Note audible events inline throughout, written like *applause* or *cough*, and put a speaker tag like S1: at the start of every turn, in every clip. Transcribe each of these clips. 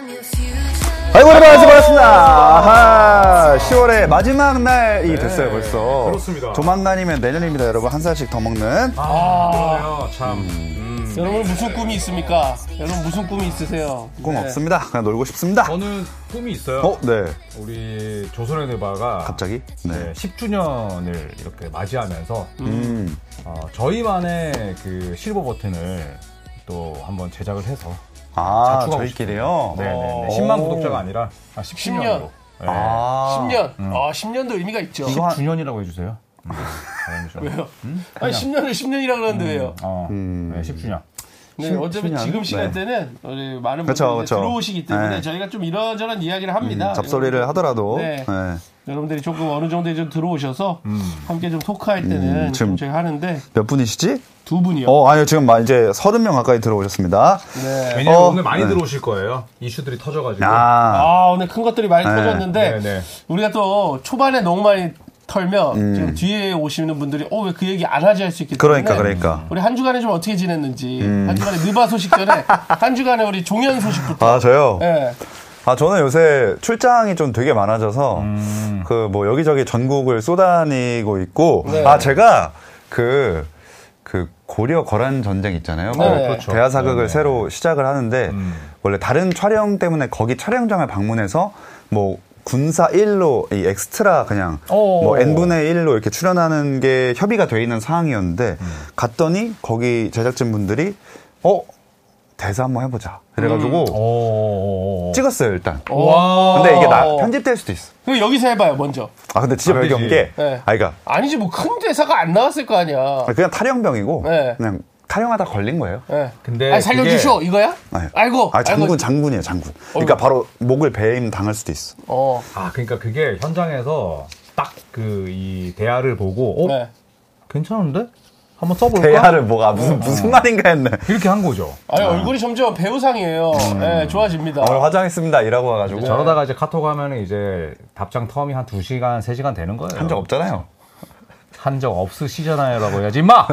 S1: 아이고 여러분 안녕하세요 반갑습니다 아하, 10월의 마지막 날이 됐어요 벌써
S2: 네, 그렇습니다.
S1: 조만간이면 내년입니다 여러분 한 살씩 더 먹는
S2: 아, 그러네요, 참. 음.
S3: 여러분 무슨 꿈이 있습니까? 여러분 무슨 꿈이 있으세요?
S1: 꿈
S3: 네.
S1: 없습니다 그냥 놀고 싶습니다
S2: 저는 꿈이 있어요.
S1: 어? 네
S2: 우리 조선의 대바가
S1: 갑자기?
S2: 네,
S1: 네
S2: 10주년을 이렇게 맞이하면서
S1: 음.
S2: 어, 저희만의 그 실버 버튼을 또 한번 제작을 해서
S1: 아
S2: 자축하고
S1: 저희끼리요?
S2: 네, 네,
S1: 어.
S2: 네. 10만 구독자가 아니라 아, 10주년으로 네.
S1: 아.
S3: 10년. 아, 10년도 의미가 있죠.
S1: 이거 한-
S2: 10주년이라고 해주세요.
S1: *laughs*
S2: 음, 다행히 좀.
S3: 왜요? 아니, 10년을 10년이라 그러는데 왜요?
S2: 어, 네, 10주년.
S1: 어? 음.
S3: 네,
S1: 십-
S3: 어차피
S1: 10년?
S3: 지금 시간대는 우리 많은 분들이
S1: 그쵸,
S3: 이제
S1: 그쵸.
S3: 들어오시기 때문에
S1: 네.
S3: 저희가 좀 이런저런 이야기를 합니다.
S1: 음, 잡소리를 하더라도
S3: 네.
S1: 네.
S3: 여러분들이 조금 어느 정도 좀 들어오셔서 함께 좀 토크할 때는
S1: 음, 지금-
S3: 지금 저희가 하는데
S1: 몇 분이시지?
S3: 두 분이요.
S1: 어 아니요 지금 막 이제 30명 가까이 들어오셨습니다
S3: 네.
S2: 왜냐면
S1: 어,
S2: 오늘 많이
S1: 네.
S2: 들어오실 거예요. 이슈들이 터져가지고.
S1: 아
S3: 아, 오늘 큰 것들이 많이
S1: 네.
S3: 터졌는데
S2: 네, 네.
S3: 우리가 또 초반에 너무 많이 털면 지금 뒤에 오시는 분들이 어 왜 그 얘기 안 하지 할 수 있기 때문에
S1: 음. 그러니까 그러니까 음.
S3: 우리 한 주간에 좀 어떻게 지냈는지 한 주간에 느바 소식
S1: *laughs*
S3: 전에 한 주간에 우리 종현 소식부터
S1: 아
S2: 네.
S1: 저요?
S3: 예.
S1: 아 저는 요새 출장이 좀 되게 많아져서
S3: 음.
S1: 그 뭐 여기저기 전국을 쏘다니고 있고
S3: 네.
S1: 아 제가 그 그 고려 거란 전쟁 있잖아요.
S3: 네. 음.
S1: 그
S3: 그렇죠.
S1: 대하사극을 새로 시작을 하는데 원래 다른 촬영 때문에 거기 촬영장을 방문해서 뭐 군사 1로 이 엑스트라 그냥
S2: 오.
S1: 뭐 n분의 1로 이렇게 출연하는 게 협의가 돼 있는 사항이었는데
S3: 음.
S1: 갔더니 거기 제작진 분들이 어 대사 한번 해보자 그래가지고
S3: 음.
S2: 오.
S1: 찍었어요 일단.
S3: 와.
S1: 근데 이게 나 편집될 수도 있어.
S3: 그럼 여기서 해봐요 먼저.
S1: 아 근데 진짜
S2: 안 되지.
S1: 별경 게,
S3: 네.
S1: 아 그러니까
S3: 아니지 뭐 큰 대사가 안 나왔을 거 아니야.
S1: 그냥 탈영병이고
S3: 네.
S1: 그냥 탈영하다 걸린 거예요.
S3: 예.
S2: 근데
S3: 아니, 살려주쇼 이거야?
S1: 네.
S3: 아이고.
S1: 아 장군
S3: 아이고.
S1: 장군이에요 장군. 그러니까 바로 목을 배임 당할 수도 있어.
S3: 어.
S2: 아, 그러니까 그게 현장에서 딱 그 이 대화를 보고, 어?
S3: 네.
S2: 괜찮은데? 한번 써볼까?
S1: 대야를 뭐가
S3: 어.
S1: 무슨 무슨 말인가 했네.
S2: 이렇게 한 거죠.
S3: 아니 얼굴이 점점 배우상이에요.
S1: 음.
S3: 예, 좋아집니다.
S1: 오늘 화장했습니다 이라고 와가지고
S2: 저러다가 이제 카톡 하면 이제 답장 텀이 한 2시간, 3시간 되는 거예요.
S1: 한 적 없잖아요.
S2: 한 적 없으시잖아요. 라고 해야지, 임마!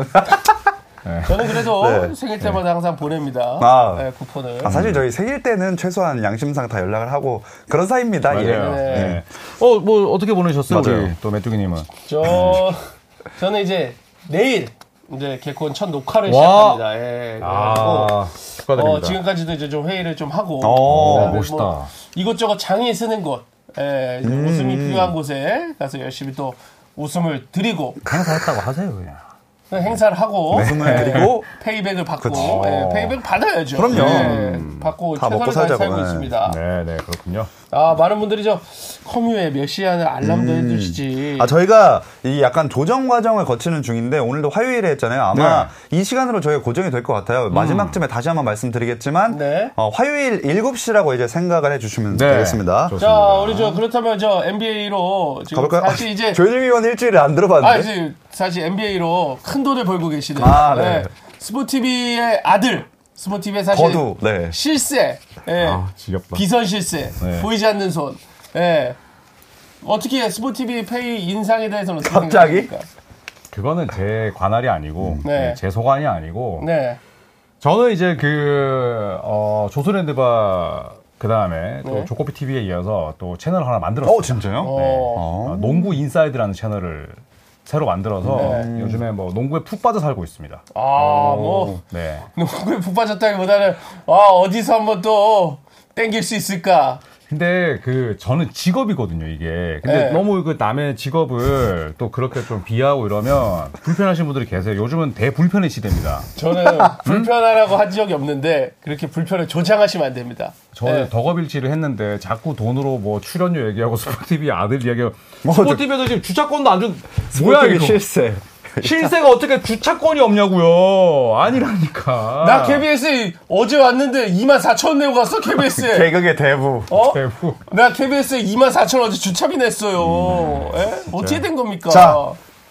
S3: 저는 그래도
S1: 네.
S3: 생일 때마다 항상 보냅니다.
S1: 아.
S3: 예, 쿠폰을.
S1: 아, 사실 저희 생일 때는 최소한 양심상 다 연락을 하고 그런 사이입니다.
S2: 맞아요.
S1: 예.
S3: 네.
S2: 네. 어, 뭐, 어떻게 보내셨어요?
S1: 맞아요.
S2: 우리 또 메뚜기님은.
S3: 저 저는 이제 내일 이제 개콘 첫 녹화를
S2: 와.
S3: 시작합니다. 예. 그래가지고
S2: 아, 축하드립니다.
S3: 어, 지금까지도 이제 좀 회의를 좀 하고
S1: 오,
S3: 그다음에
S2: 멋있다.
S3: 뭐 이것저것 장이 쓰는 곳, 예, 이제 웃음이 필요한 곳에 가서 열심히 또 웃음을 드리고
S2: 그냥 다 했다고 하세요, 그냥.
S3: 그냥 행사를 하고
S1: 네.
S3: 예,
S1: 웃음을 드리고
S3: 페이백을 받고
S1: 그치.
S3: 예, 페이백 받아야죠.
S1: 그럼요. 음.
S3: 예, 받고
S1: 다 먹고
S3: 최선을 다해
S1: 살자고,
S3: 살고
S1: 네.
S3: 있습니다.
S2: 네, 네, 그렇군요.
S3: 아 많은 분들이 저 커뮤에 몇 시간에 알람도 해주시지.
S1: 아 저희가 이 약간 조정 과정을 거치는 중인데 오늘도 화요일에 했잖아요. 아마 이 시간으로 저희가 고정이 될 것 같아요. 마지막쯤에 다시 한번 말씀드리겠지만
S3: 네.
S1: 어, 화요일 7시라고 이제 생각을 해주시면
S2: 네.
S1: 되겠습니다.
S2: 좋습니다.
S3: 자 우리 저 그렇다면 저 NBA로 지금
S1: 가볼까요?
S3: 다시
S1: 아, *laughs*
S3: 이제
S1: 조현임 의원 일주일을 안
S3: 아,
S1: 들어봤는데.
S3: 이제 사실 NBA로 큰 돈을 벌고 계시는
S1: 아, 네.
S3: 스포티비의 아들 스포티비의 사실
S1: 거두, 네.
S3: 실세 예.
S2: 아, 지겹다.
S3: 비선 실세
S2: 네.
S3: 보이지 않는 손 예. 어떻게 스포티비 페이 인상에 대해서는 어떻게
S1: 갑자기?
S3: 생각하십니까?
S2: 그거는 제 관할이 아니고,
S3: 네.
S2: 네, 제 소관이 아니고,
S3: 네.
S2: 저는 이제 그, 어, 조선랜드바, 그 다음에 또
S3: 네.
S2: 조코피 TV에 이어서 또 채널 하나 만들었어요.
S1: 어 진짜요? 네.
S3: 어.
S2: 어, 농구 인사이드라는 채널을 새로 만들어서
S3: 네.
S2: 요즘에 뭐 농구에 푹 빠져 살고 있습니다.
S1: 어.
S3: 아, 뭐 *laughs*
S2: 네.
S3: 농구에 푹 빠졌다기보다는 아, 어디서 한번 또 땡길 수 있을까?
S2: 근데 그 저는 직업이거든요 이게. 근데
S3: 네.
S2: 너무 그 남의 직업을 또 그렇게 좀 비하고 이러면 불편하신 분들이 계세요. 요즘은 대불편의 시대입니다.
S3: 저는
S2: *laughs*
S3: 불편하라고 한 적이 없는데 그렇게 불편을 조장하시면 안 됩니다.
S2: 저는
S3: 네.
S2: 덕업일지를 했는데 자꾸 돈으로 뭐 출연료 얘기하고 *laughs* 스포티비 아들 얘기하고
S3: 뭐
S1: 어, 저-
S2: 스포티비에서 지금 주차권도 안 준. 뭐야 이거?
S1: 실세.
S2: 실세가 어떻게 주차권이 없냐고요? 아니라니까.
S3: 나 KBS 어제 왔는데 2만 4천 원 내고
S2: *laughs*
S3: 갔어 KBS에.
S1: 개그의 대부.
S3: 어?
S2: 대부.
S3: 나 KBS에 2만 4천 원 어제 주차비 냈어요.
S2: 음,
S3: 예? 어떻게 된 겁니까?
S1: 자.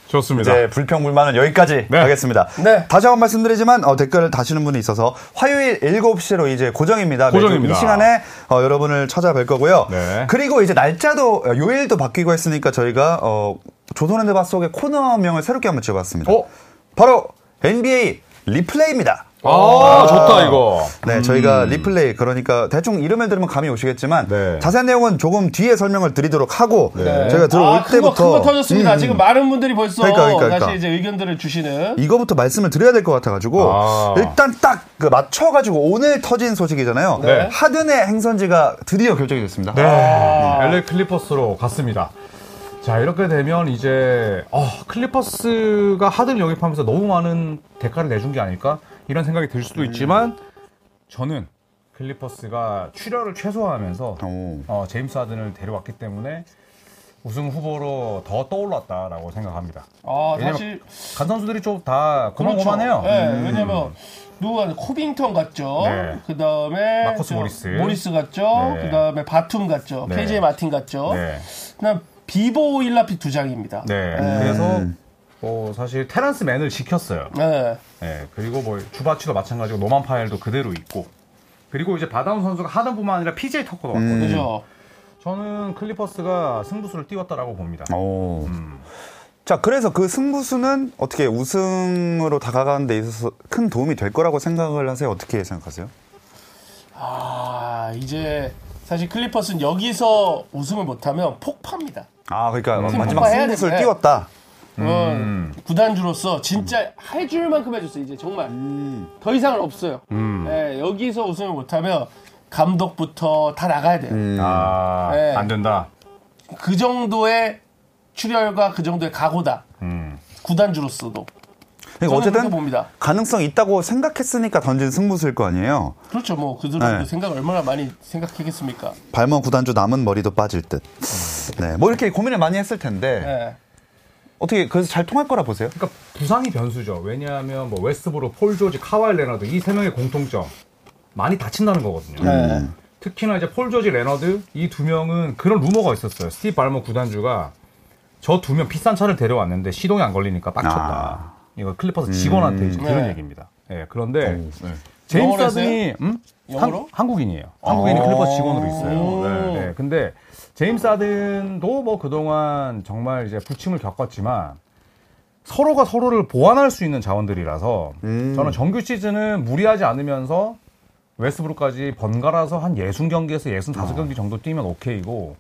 S2: 좋습니다.
S1: 이제 불평 불만은 여기까지
S2: 네.
S1: 하겠습니다.
S3: 네.
S1: 다시 한번 말씀드리지만 어, 댓글을 다시는 분이 있어서 화요일 7시로 이제 고정입니다. 매주
S2: 고정입니다.
S1: 이 시간에 어, 여러분을 찾아뵐 거고요.
S2: 네.
S1: 그리고 이제 날짜도 어, 요일도 바뀌고 했으니까 저희가 어, 조선의 대박 속의 코너명을 새롭게 한번 지어봤습니다.
S2: 어?
S1: 바로 NBA 리플레이입니다.
S2: 아, 좋다, 이거. 음.
S1: 네, 저희가 리플레이 그러니까 대충 이름을 들으면 감이 오시겠지만
S2: 네.
S1: 자세한 내용은 조금 뒤에 설명을 드리도록 하고 저희가 들어올
S3: 아, 큰 거,
S1: 때부터 음,
S3: 큰거 터졌습니다. 지금 많은 분들이 벌써
S1: 그러니까, 그러니까,
S3: 다시
S1: 그러니까.
S3: 이제 의견들을 주시는
S1: 이거부터 말씀을 드려야 될 것 같아가지고
S2: 아.
S1: 일단 딱그 맞춰가지고 오늘 터진 소식이잖아요.
S2: 네.
S1: 하든의 행선지가 드디어 결정이 됐습니다.
S2: 네. LA 클리퍼스로 갔습니다. 자, 이렇게 되면 이제 어, 클리퍼스가 하든 영입하면서 너무 많은 대가를 내준 게 아닐까? 이런 생각이 들 수도 있지만 저는 클리퍼스가 출혈을 최소화하면서
S1: 오.
S2: 어, 제임스 하든을 데려왔기 때문에 우승 후보로 더 떠올랐다라고 생각합니다.
S3: 아
S2: 왜냐면
S3: 사실
S2: 간 선수들이 좀 다 고만고만해요. 음.
S3: 네, 왜냐면 누가 코빙턴 갔죠.
S2: 네.
S3: 그 다음에
S2: 마커스 모리스.
S3: 모리스 갔죠.
S2: 네.
S3: 그 다음에 바툼 갔죠.
S2: 네.
S3: KJ 마틴 갔죠.
S2: 네.
S3: 그다음 비보 일라피 두 장입니다.
S2: 네. 그래서 뭐 사실 테란스 맨을 지켰어요.
S3: 네.
S2: 예, 그리고 뭐 주바치도 마찬가지고 노만 파일도 그대로 있고 그리고 이제 바다운 선수가 하단뿐만 아니라 PJ 터커도 왔거든요.
S3: 네. 그죠.
S2: 저는 클리퍼스가 승부수를 띄웠다라고 봅니다.
S1: 아. 오. 자, 그래서 그 승부수는 어떻게 우승으로 다가가는 데 있어서 큰 도움이 될 거라고 생각을 하세요? 어떻게 생각하세요?
S3: 아 이제 사실 클리퍼스는 여기서 우승을 못하면 폭파입니다.
S1: 아, 그러니까 마지막
S3: 폭파해야
S1: 승부수를
S3: 돼.
S1: 띄웠다.
S3: 어,
S2: 음.
S3: 구단주로서 진짜 해줄 만큼 해줬어요. 이제 정말
S2: 음.
S3: 더 이상은 없어요. 예, 여기서 우승을 못하면 감독부터 다 나가야 돼요.
S2: 아,
S3: 네.
S2: 안 된다.
S3: 그 정도의 출혈과 그 정도의 각오다.
S2: 음.
S3: 구단주로서도.
S1: 그러니까
S3: 저는
S1: 어쨌든
S3: 그렇게 봅니다.
S1: 가능성이 있다고 생각했으니까 던진 승부수일 거 아니에요?
S3: 그렇죠. 뭐 그들은
S1: 네.
S3: 그 생각 얼마나 많이 생각했겠습니까.
S1: 발머 구단주 남은 머리도 빠질 듯. 네. 뭐 이렇게 고민을 많이 했을 텐데
S3: 예.
S1: 어떻게 그래서 잘 통할 거라 보세요?
S2: 그러니까 부상이 변수죠. 왜냐하면 뭐 웨스트브룩, 폴 조지, 카와이 레너드 이 세 명의 공통점 많이 다친다는 거거든요.
S3: 네.
S2: 특히나 이제 폴 조지 레너드 이 두 명은 그런 루머가 있었어요. 스티브 발머 구단주가 저 두 명 비싼 차를 데려왔는데 시동이 안 걸리니까 빡쳤다. 이거 클리퍼스 직원한테 이제 들은
S3: 네.
S2: 얘기입니다. 예, 그런데 제임스
S3: 영어로
S2: 하든이 음?
S3: 영어로?
S2: 한, 국인이에요 한국인이 클리퍼스 직원으로 있어요.
S3: 오.
S2: 네. 네, 근데 제임스 하든도 뭐 그동안 정말 이제 부침을 겪었지만 서로가 서로를 보완할 수 있는 자원들이라서 저는 정규 시즌은 무리하지 않으면서 웨스브룩까지 번갈아서 한 60경기에서 65경기 정도 뛰면 오케이고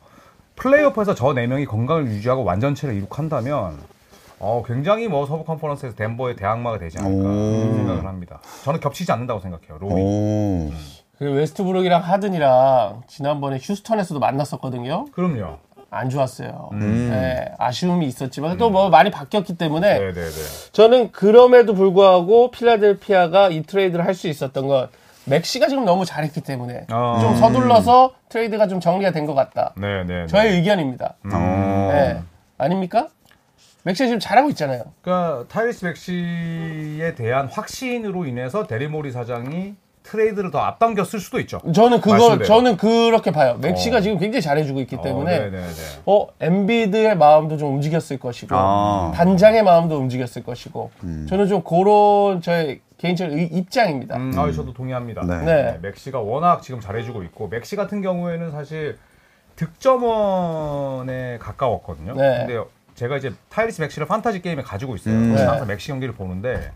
S2: 플레이오프에서 저 4명이 건강을 유지하고 완전체를 이룩한다면 어, 굉장히 뭐 서부 컨퍼런스에서 덴버의 대항마가 되지 않을까 이런 생각을 합니다. 저는 겹치지 않는다고 생각해요. 로비.
S1: 오.
S3: 그 웨스트브룩이랑 하든이랑 지난번에 휴스턴에서도 만났었거든요.
S2: 그럼요.
S3: 안 좋았어요. 예, 아쉬움이 있었지만 또 뭐 많이 바뀌었기 때문에
S2: 네, 네, 네.
S3: 저는 그럼에도 불구하고 필라델피아가 이 트레이드를 할 수 있었던 건 맥시가 지금 너무 잘했기 때문에
S2: 아.
S3: 좀 서둘러서 트레이드가 좀 정리가 된 것 같다.
S2: 네, 네. 네.
S3: 저의 의견입니다. 예.
S2: 어.
S3: 아닙니까? 맥시가 지금 잘하고 있잖아요.
S2: 그러니까 타이리스 맥시에 대한 확신으로 인해서 데리모리 사장이 트레이드를 더 앞당겼을 수도 있죠.
S3: 저는 그걸
S2: 말씀대로. 어.
S3: 저는 그렇게 봐요. 맥시가 지금 굉장히 잘해주고 있기
S2: 네,
S3: 때문에
S2: 네, 네.
S3: 어, 엠비드의 마음도 좀 움직였을 것이고
S1: 아.
S3: 단장의 마음도 움직였을 것이고 저는 좀 그런 저의 개인적인 의- 입장입니다.
S2: 음, 아, 저도 동의합니다.
S1: 네.
S3: 네.
S2: 맥시가 워낙 지금 잘해주고 있고 맥시 같은 경우에는 사실 득점원에 가까웠거든요.
S3: 네.
S2: 근데 제가 이제 타이리스 맥시를 판타지 게임에 가지고 있어요.
S1: 음.
S2: 그래서
S3: 네.
S2: 항상 맥시 경기를 보는데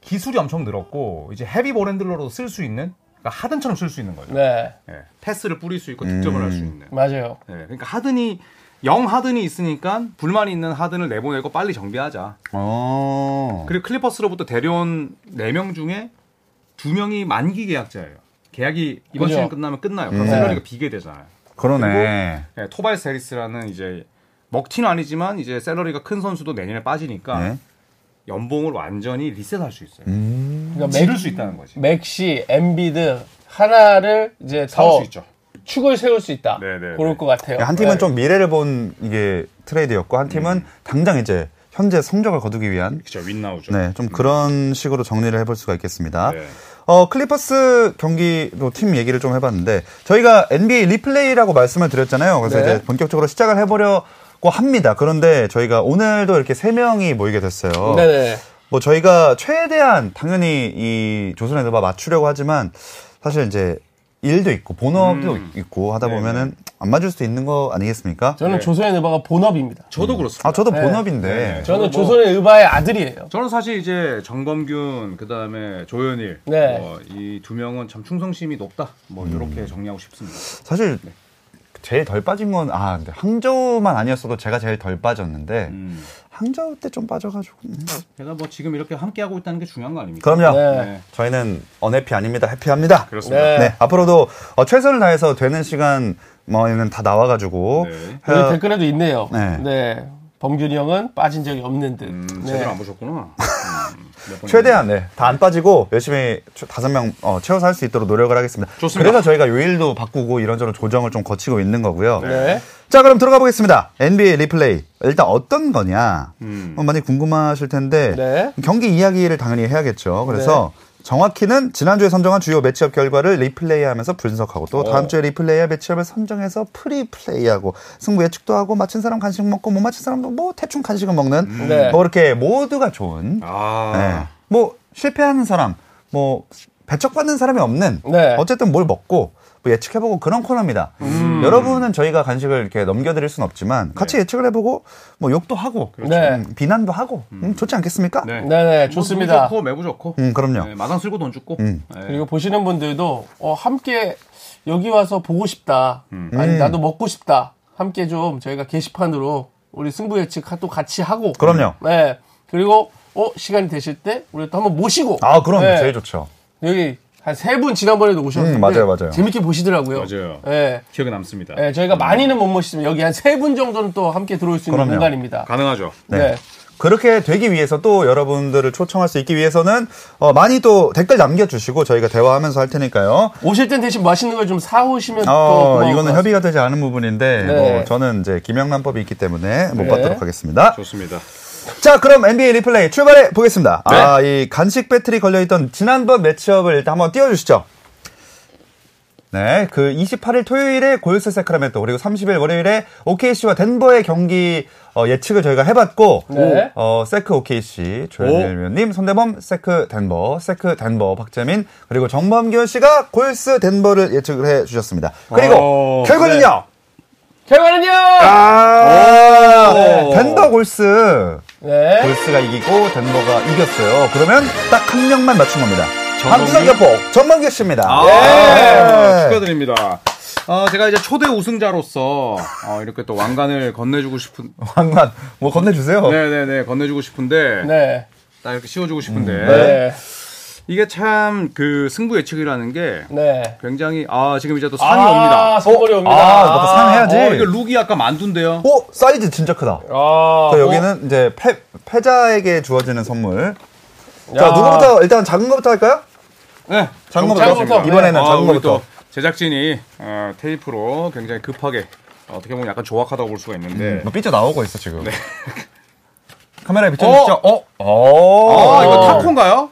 S2: 기술이 엄청 늘었고 이제 헤비 볼핸들러로 쓸 수 있는 그러니까 하든처럼 쓸 수 있는 거죠.
S3: 네,
S2: 예, 패스를 뿌릴 수 있고 득점을
S1: 음.
S2: 할 수 있는.
S3: 맞아요.
S2: 예, 그러니까 하든이 영 하든이 있으니까 불만이 있는 하든을 내보내고 빨리 정비하자.
S1: 어.
S2: 그리고 클리퍼스로부터 데려온 4명 중에 2명이 만기 계약자예요. 계약이 이번
S3: 그죠.
S2: 시즌 끝나면 끝나요. 그럼 셀러리가 비게 되잖아요.
S1: 그러네.
S2: 예, 토바이스 헤리스라는 이제 먹튀는 아니지만 이제 셀러리가 큰 선수도 내년에 빠지니까
S1: 네.
S2: 연봉을 완전히 리셋할 수 있어요.
S3: 그러니까 맥,
S2: 지를 수 있다는 거지.
S3: 맥시, 엠비드 하나를 이제
S2: 사올
S3: 더
S2: 수 있죠.
S3: 축을 세울 수 있다.
S2: 네, 네,
S3: 그럴
S2: 네.
S3: 것 같아요.
S1: 한 팀은
S3: 네.
S1: 좀 미래를 본 이게 트레이드였고 한 팀은
S2: 음.
S1: 당장 이제 현재 성적을 거두기 위한
S2: 그렇죠. 윈 나오죠. 음.
S1: 네, 좀 그런 식으로 정리를 해볼 수가 있겠습니다.
S2: 네.
S1: 어, 클리퍼스 경기로 팀 얘기를 좀 해봤는데, 저희가 NBA 리플레이라고 말씀을 드렸잖아요. 그래서
S3: 네.
S1: 이제 본격적으로 시작을 해보려고 합니다. 그런데 저희가 오늘도 이렇게 세명이 모이게 됐어요.
S3: 네네.
S1: 뭐 저희가 최대한 당연히 이 조선의 누바 맞추려고 하지만, 사실 이제 일도 있고, 본업도 있고 하다 보면은 안 맞을 수도 있는 거 아니겠습니까?
S2: 네.
S3: 저는 조선의 느바가 본업입니다.
S2: 저도 그렇습니다.
S1: 아, 저도
S3: 네.
S1: 본업인데. 뭐
S3: 저는 조선의 의바의 아들이에요.
S2: 저는 사실 이제 정범균 그다음에 조현일 뭐
S3: 네.
S2: 이 두 명은 참 충성심이 높다. 뭐 이렇게 정리하고 싶습니다.
S1: 사실 제일 덜 빠진 건 아, 근데 항저우만 아니었어도 제가 제일 덜 빠졌는데
S2: 음.
S1: 항저우 때 좀 빠져가지고. 음.
S2: 제가 뭐 지금 이렇게 함께 하고 있다는 게 중요한 거 아닙니까?
S1: 그럼요.
S3: 네.
S1: 저희는 언해피 아닙니다. 해피합니다.
S2: 그렇습니다.
S1: 네.
S3: 네.
S1: 앞으로도 어, 최선을 다해서 되는 시간 뭐에는 다 나와가지고
S2: 네.
S1: 해-
S3: 오늘 댓글에도 있네요.
S1: 어. 네.
S3: 네. 범균이 형은 빠진 적이 없는 듯.
S2: 음,
S3: 네.
S2: 제대로 안 보셨구나. 음, 몇 번이나.
S1: 최대한 네. 다 안 빠지고 열심히 최- 다섯 명 어, 채워서 할 수 있도록 노력을 하겠습니다.
S2: 좋습니다.
S1: 그래서 저희가 요일도 바꾸고 이런저런 조정을 좀 거치고 있는 거고요.
S3: 네.
S1: 자 그럼 들어가 보겠습니다. NBA 리플레이 일단 어떤 거냐
S2: 음.
S1: 어, 많이 궁금하실 텐데
S3: 네.
S1: 경기 이야기를 당연히 해야겠죠. 그래서 정확히는 지난주에 선정한 주요 매치업 결과를 리플레이하면서 분석하고 또 다음 주에 리플레이할 매치업을 선정해서 프리플레이하고 승부 예측도 하고 맞힌 사람 간식 먹고 못 맞힌 사람도 뭐 대충 간식을 먹는
S3: 네.
S1: 뭐 이렇게 모두가 좋은 네.
S3: 예.
S2: 아.
S1: 뭐 실패하는 사람, 뭐 배척받는 사람이 없는
S3: 네.
S1: 어쨌든 뭘 먹고 뭐 예측해보고 그런 코너입니다.
S3: 음.
S1: 여러분은 저희가 간식을 이렇게 넘겨드릴 순 없지만 같이 예측을 해보고 뭐 욕도 하고
S3: 네.
S1: 음, 비난도 하고 음, 좋지 않겠습니까?
S2: 네.
S3: 네네,
S2: 뭐
S3: 좋습니다.
S2: 좋고 매부 좋고.
S1: 음, 그럼요. 음.
S2: 네, 마당 쓸고 돈 줍고. 네.
S3: 그리고 보시는 분들도 어, 함께 여기 와서 보고 싶다.
S1: 음.
S3: 아니 나도 먹고 싶다. 함께 좀 저희가 게시판으로 우리 승부 예측 또 같이 하고.
S1: 그럼요.
S3: 네. 그리고 어 시간이 되실 때 우리 또 한번 모시고.
S1: 아, 그럼
S3: 네.
S1: 제일 좋죠.
S3: 여기 한 세 분 지난번에도 오셨는데
S1: 음, 맞아요, 맞아요.
S3: 재밌게 보시더라고요.
S2: 맞아요.
S3: 네.
S2: 기억에 남습니다. 음,
S3: 네, 저희가 많이는 못 모시지만 여기 한 세 분 정도는 또 함께 들어올 수 있는
S1: 음. 그럼요.
S3: 공간입니다.
S2: 가능하죠.
S3: 네.
S1: 그렇게 되기 위해서 또 여러분들을 초청할 수 있기 위해서는 어, 많이 또 댓글 남겨주시고 저희가 대화하면서 할 테니까요.
S3: 오실 땐 대신 맛있는 걸 좀 사오시면
S1: 어,
S3: 또
S1: 이거는 협의가 되지 않은 부분인데
S3: 네.
S1: 뭐 저는 이제 김영란법이 있기 때문에 못 받도록 하겠습니다.
S2: 좋습니다.
S1: 자, 그럼 NBA 리플레이 출발해 보겠습니다. 아,
S2: 네.
S1: 이 간식 배틀이 걸려있던 지난번 매치업을 일단 한번 띄워주시죠. 네, 그 28일 토요일에 골스 세크라멘토 그리고 30일 월요일에 OKC와 덴버의 경기 어, 예측을 저희가 해봤고,
S3: 네.
S1: 어, 세크 OKC 조현일 위원님, 손대범 세크 덴버, 세크 덴버 박재민 그리고 정범균 씨가 골스 덴버를 예측을 해주셨습니다. 그리고
S2: 어, 네.
S1: 결과는요.
S3: 결과는요.
S1: 아,
S2: 오.
S1: 덴버 골스
S3: 네.
S1: 골스가 이기고 덴버가 이겼어요. 그러면 딱 한 명만 맞춘 겁니다.
S2: 정범규?
S1: 한두산 교포 전망규 씨입니다.
S2: 아,
S1: 예.
S2: 축하드립니다. 어, 제가 이제 초대 우승자로서 어, 이렇게 또 왕관을 건네주고 싶은
S1: 왕관 뭐 건네주세요.
S2: 네네네 건네주고 싶은데
S3: 네.
S2: 딱 이렇게 씌워주고 싶은데
S1: 음,
S3: 네.
S2: 이게 참 그 승부 예측이라는 게
S3: 네.
S2: 굉장히 아 지금 이제 또 산이 옵니다.
S3: 선물이
S1: 아,
S3: 옵니다.
S1: 맞다 산 해야지.
S2: 어, 이게 룩이 아까 만두인데요.
S1: 오 사이즈 진짜 크다.
S3: 아,
S2: 어?
S1: 자, 여기는 이제 패, 패자에게 주어지는 선물. 자 누구부터 일단 작은 거부터 할까요?
S2: 네,
S1: 작은 거부터.
S2: 정착했습니다.
S1: 이번에는
S2: 아,
S1: 작은
S2: 우리
S1: 거부터.
S2: 또 제작진이 어, 테이프로 굉장히 급하게 어떻게 보면 약간 조악하다고 볼 수가 있는데
S1: 뭐 삐져 나오고 있어 지금.
S2: 네.
S1: *laughs* 카메라에 비춰주시죠. 어?
S2: 아
S1: 어.
S2: 이거 타코인가요?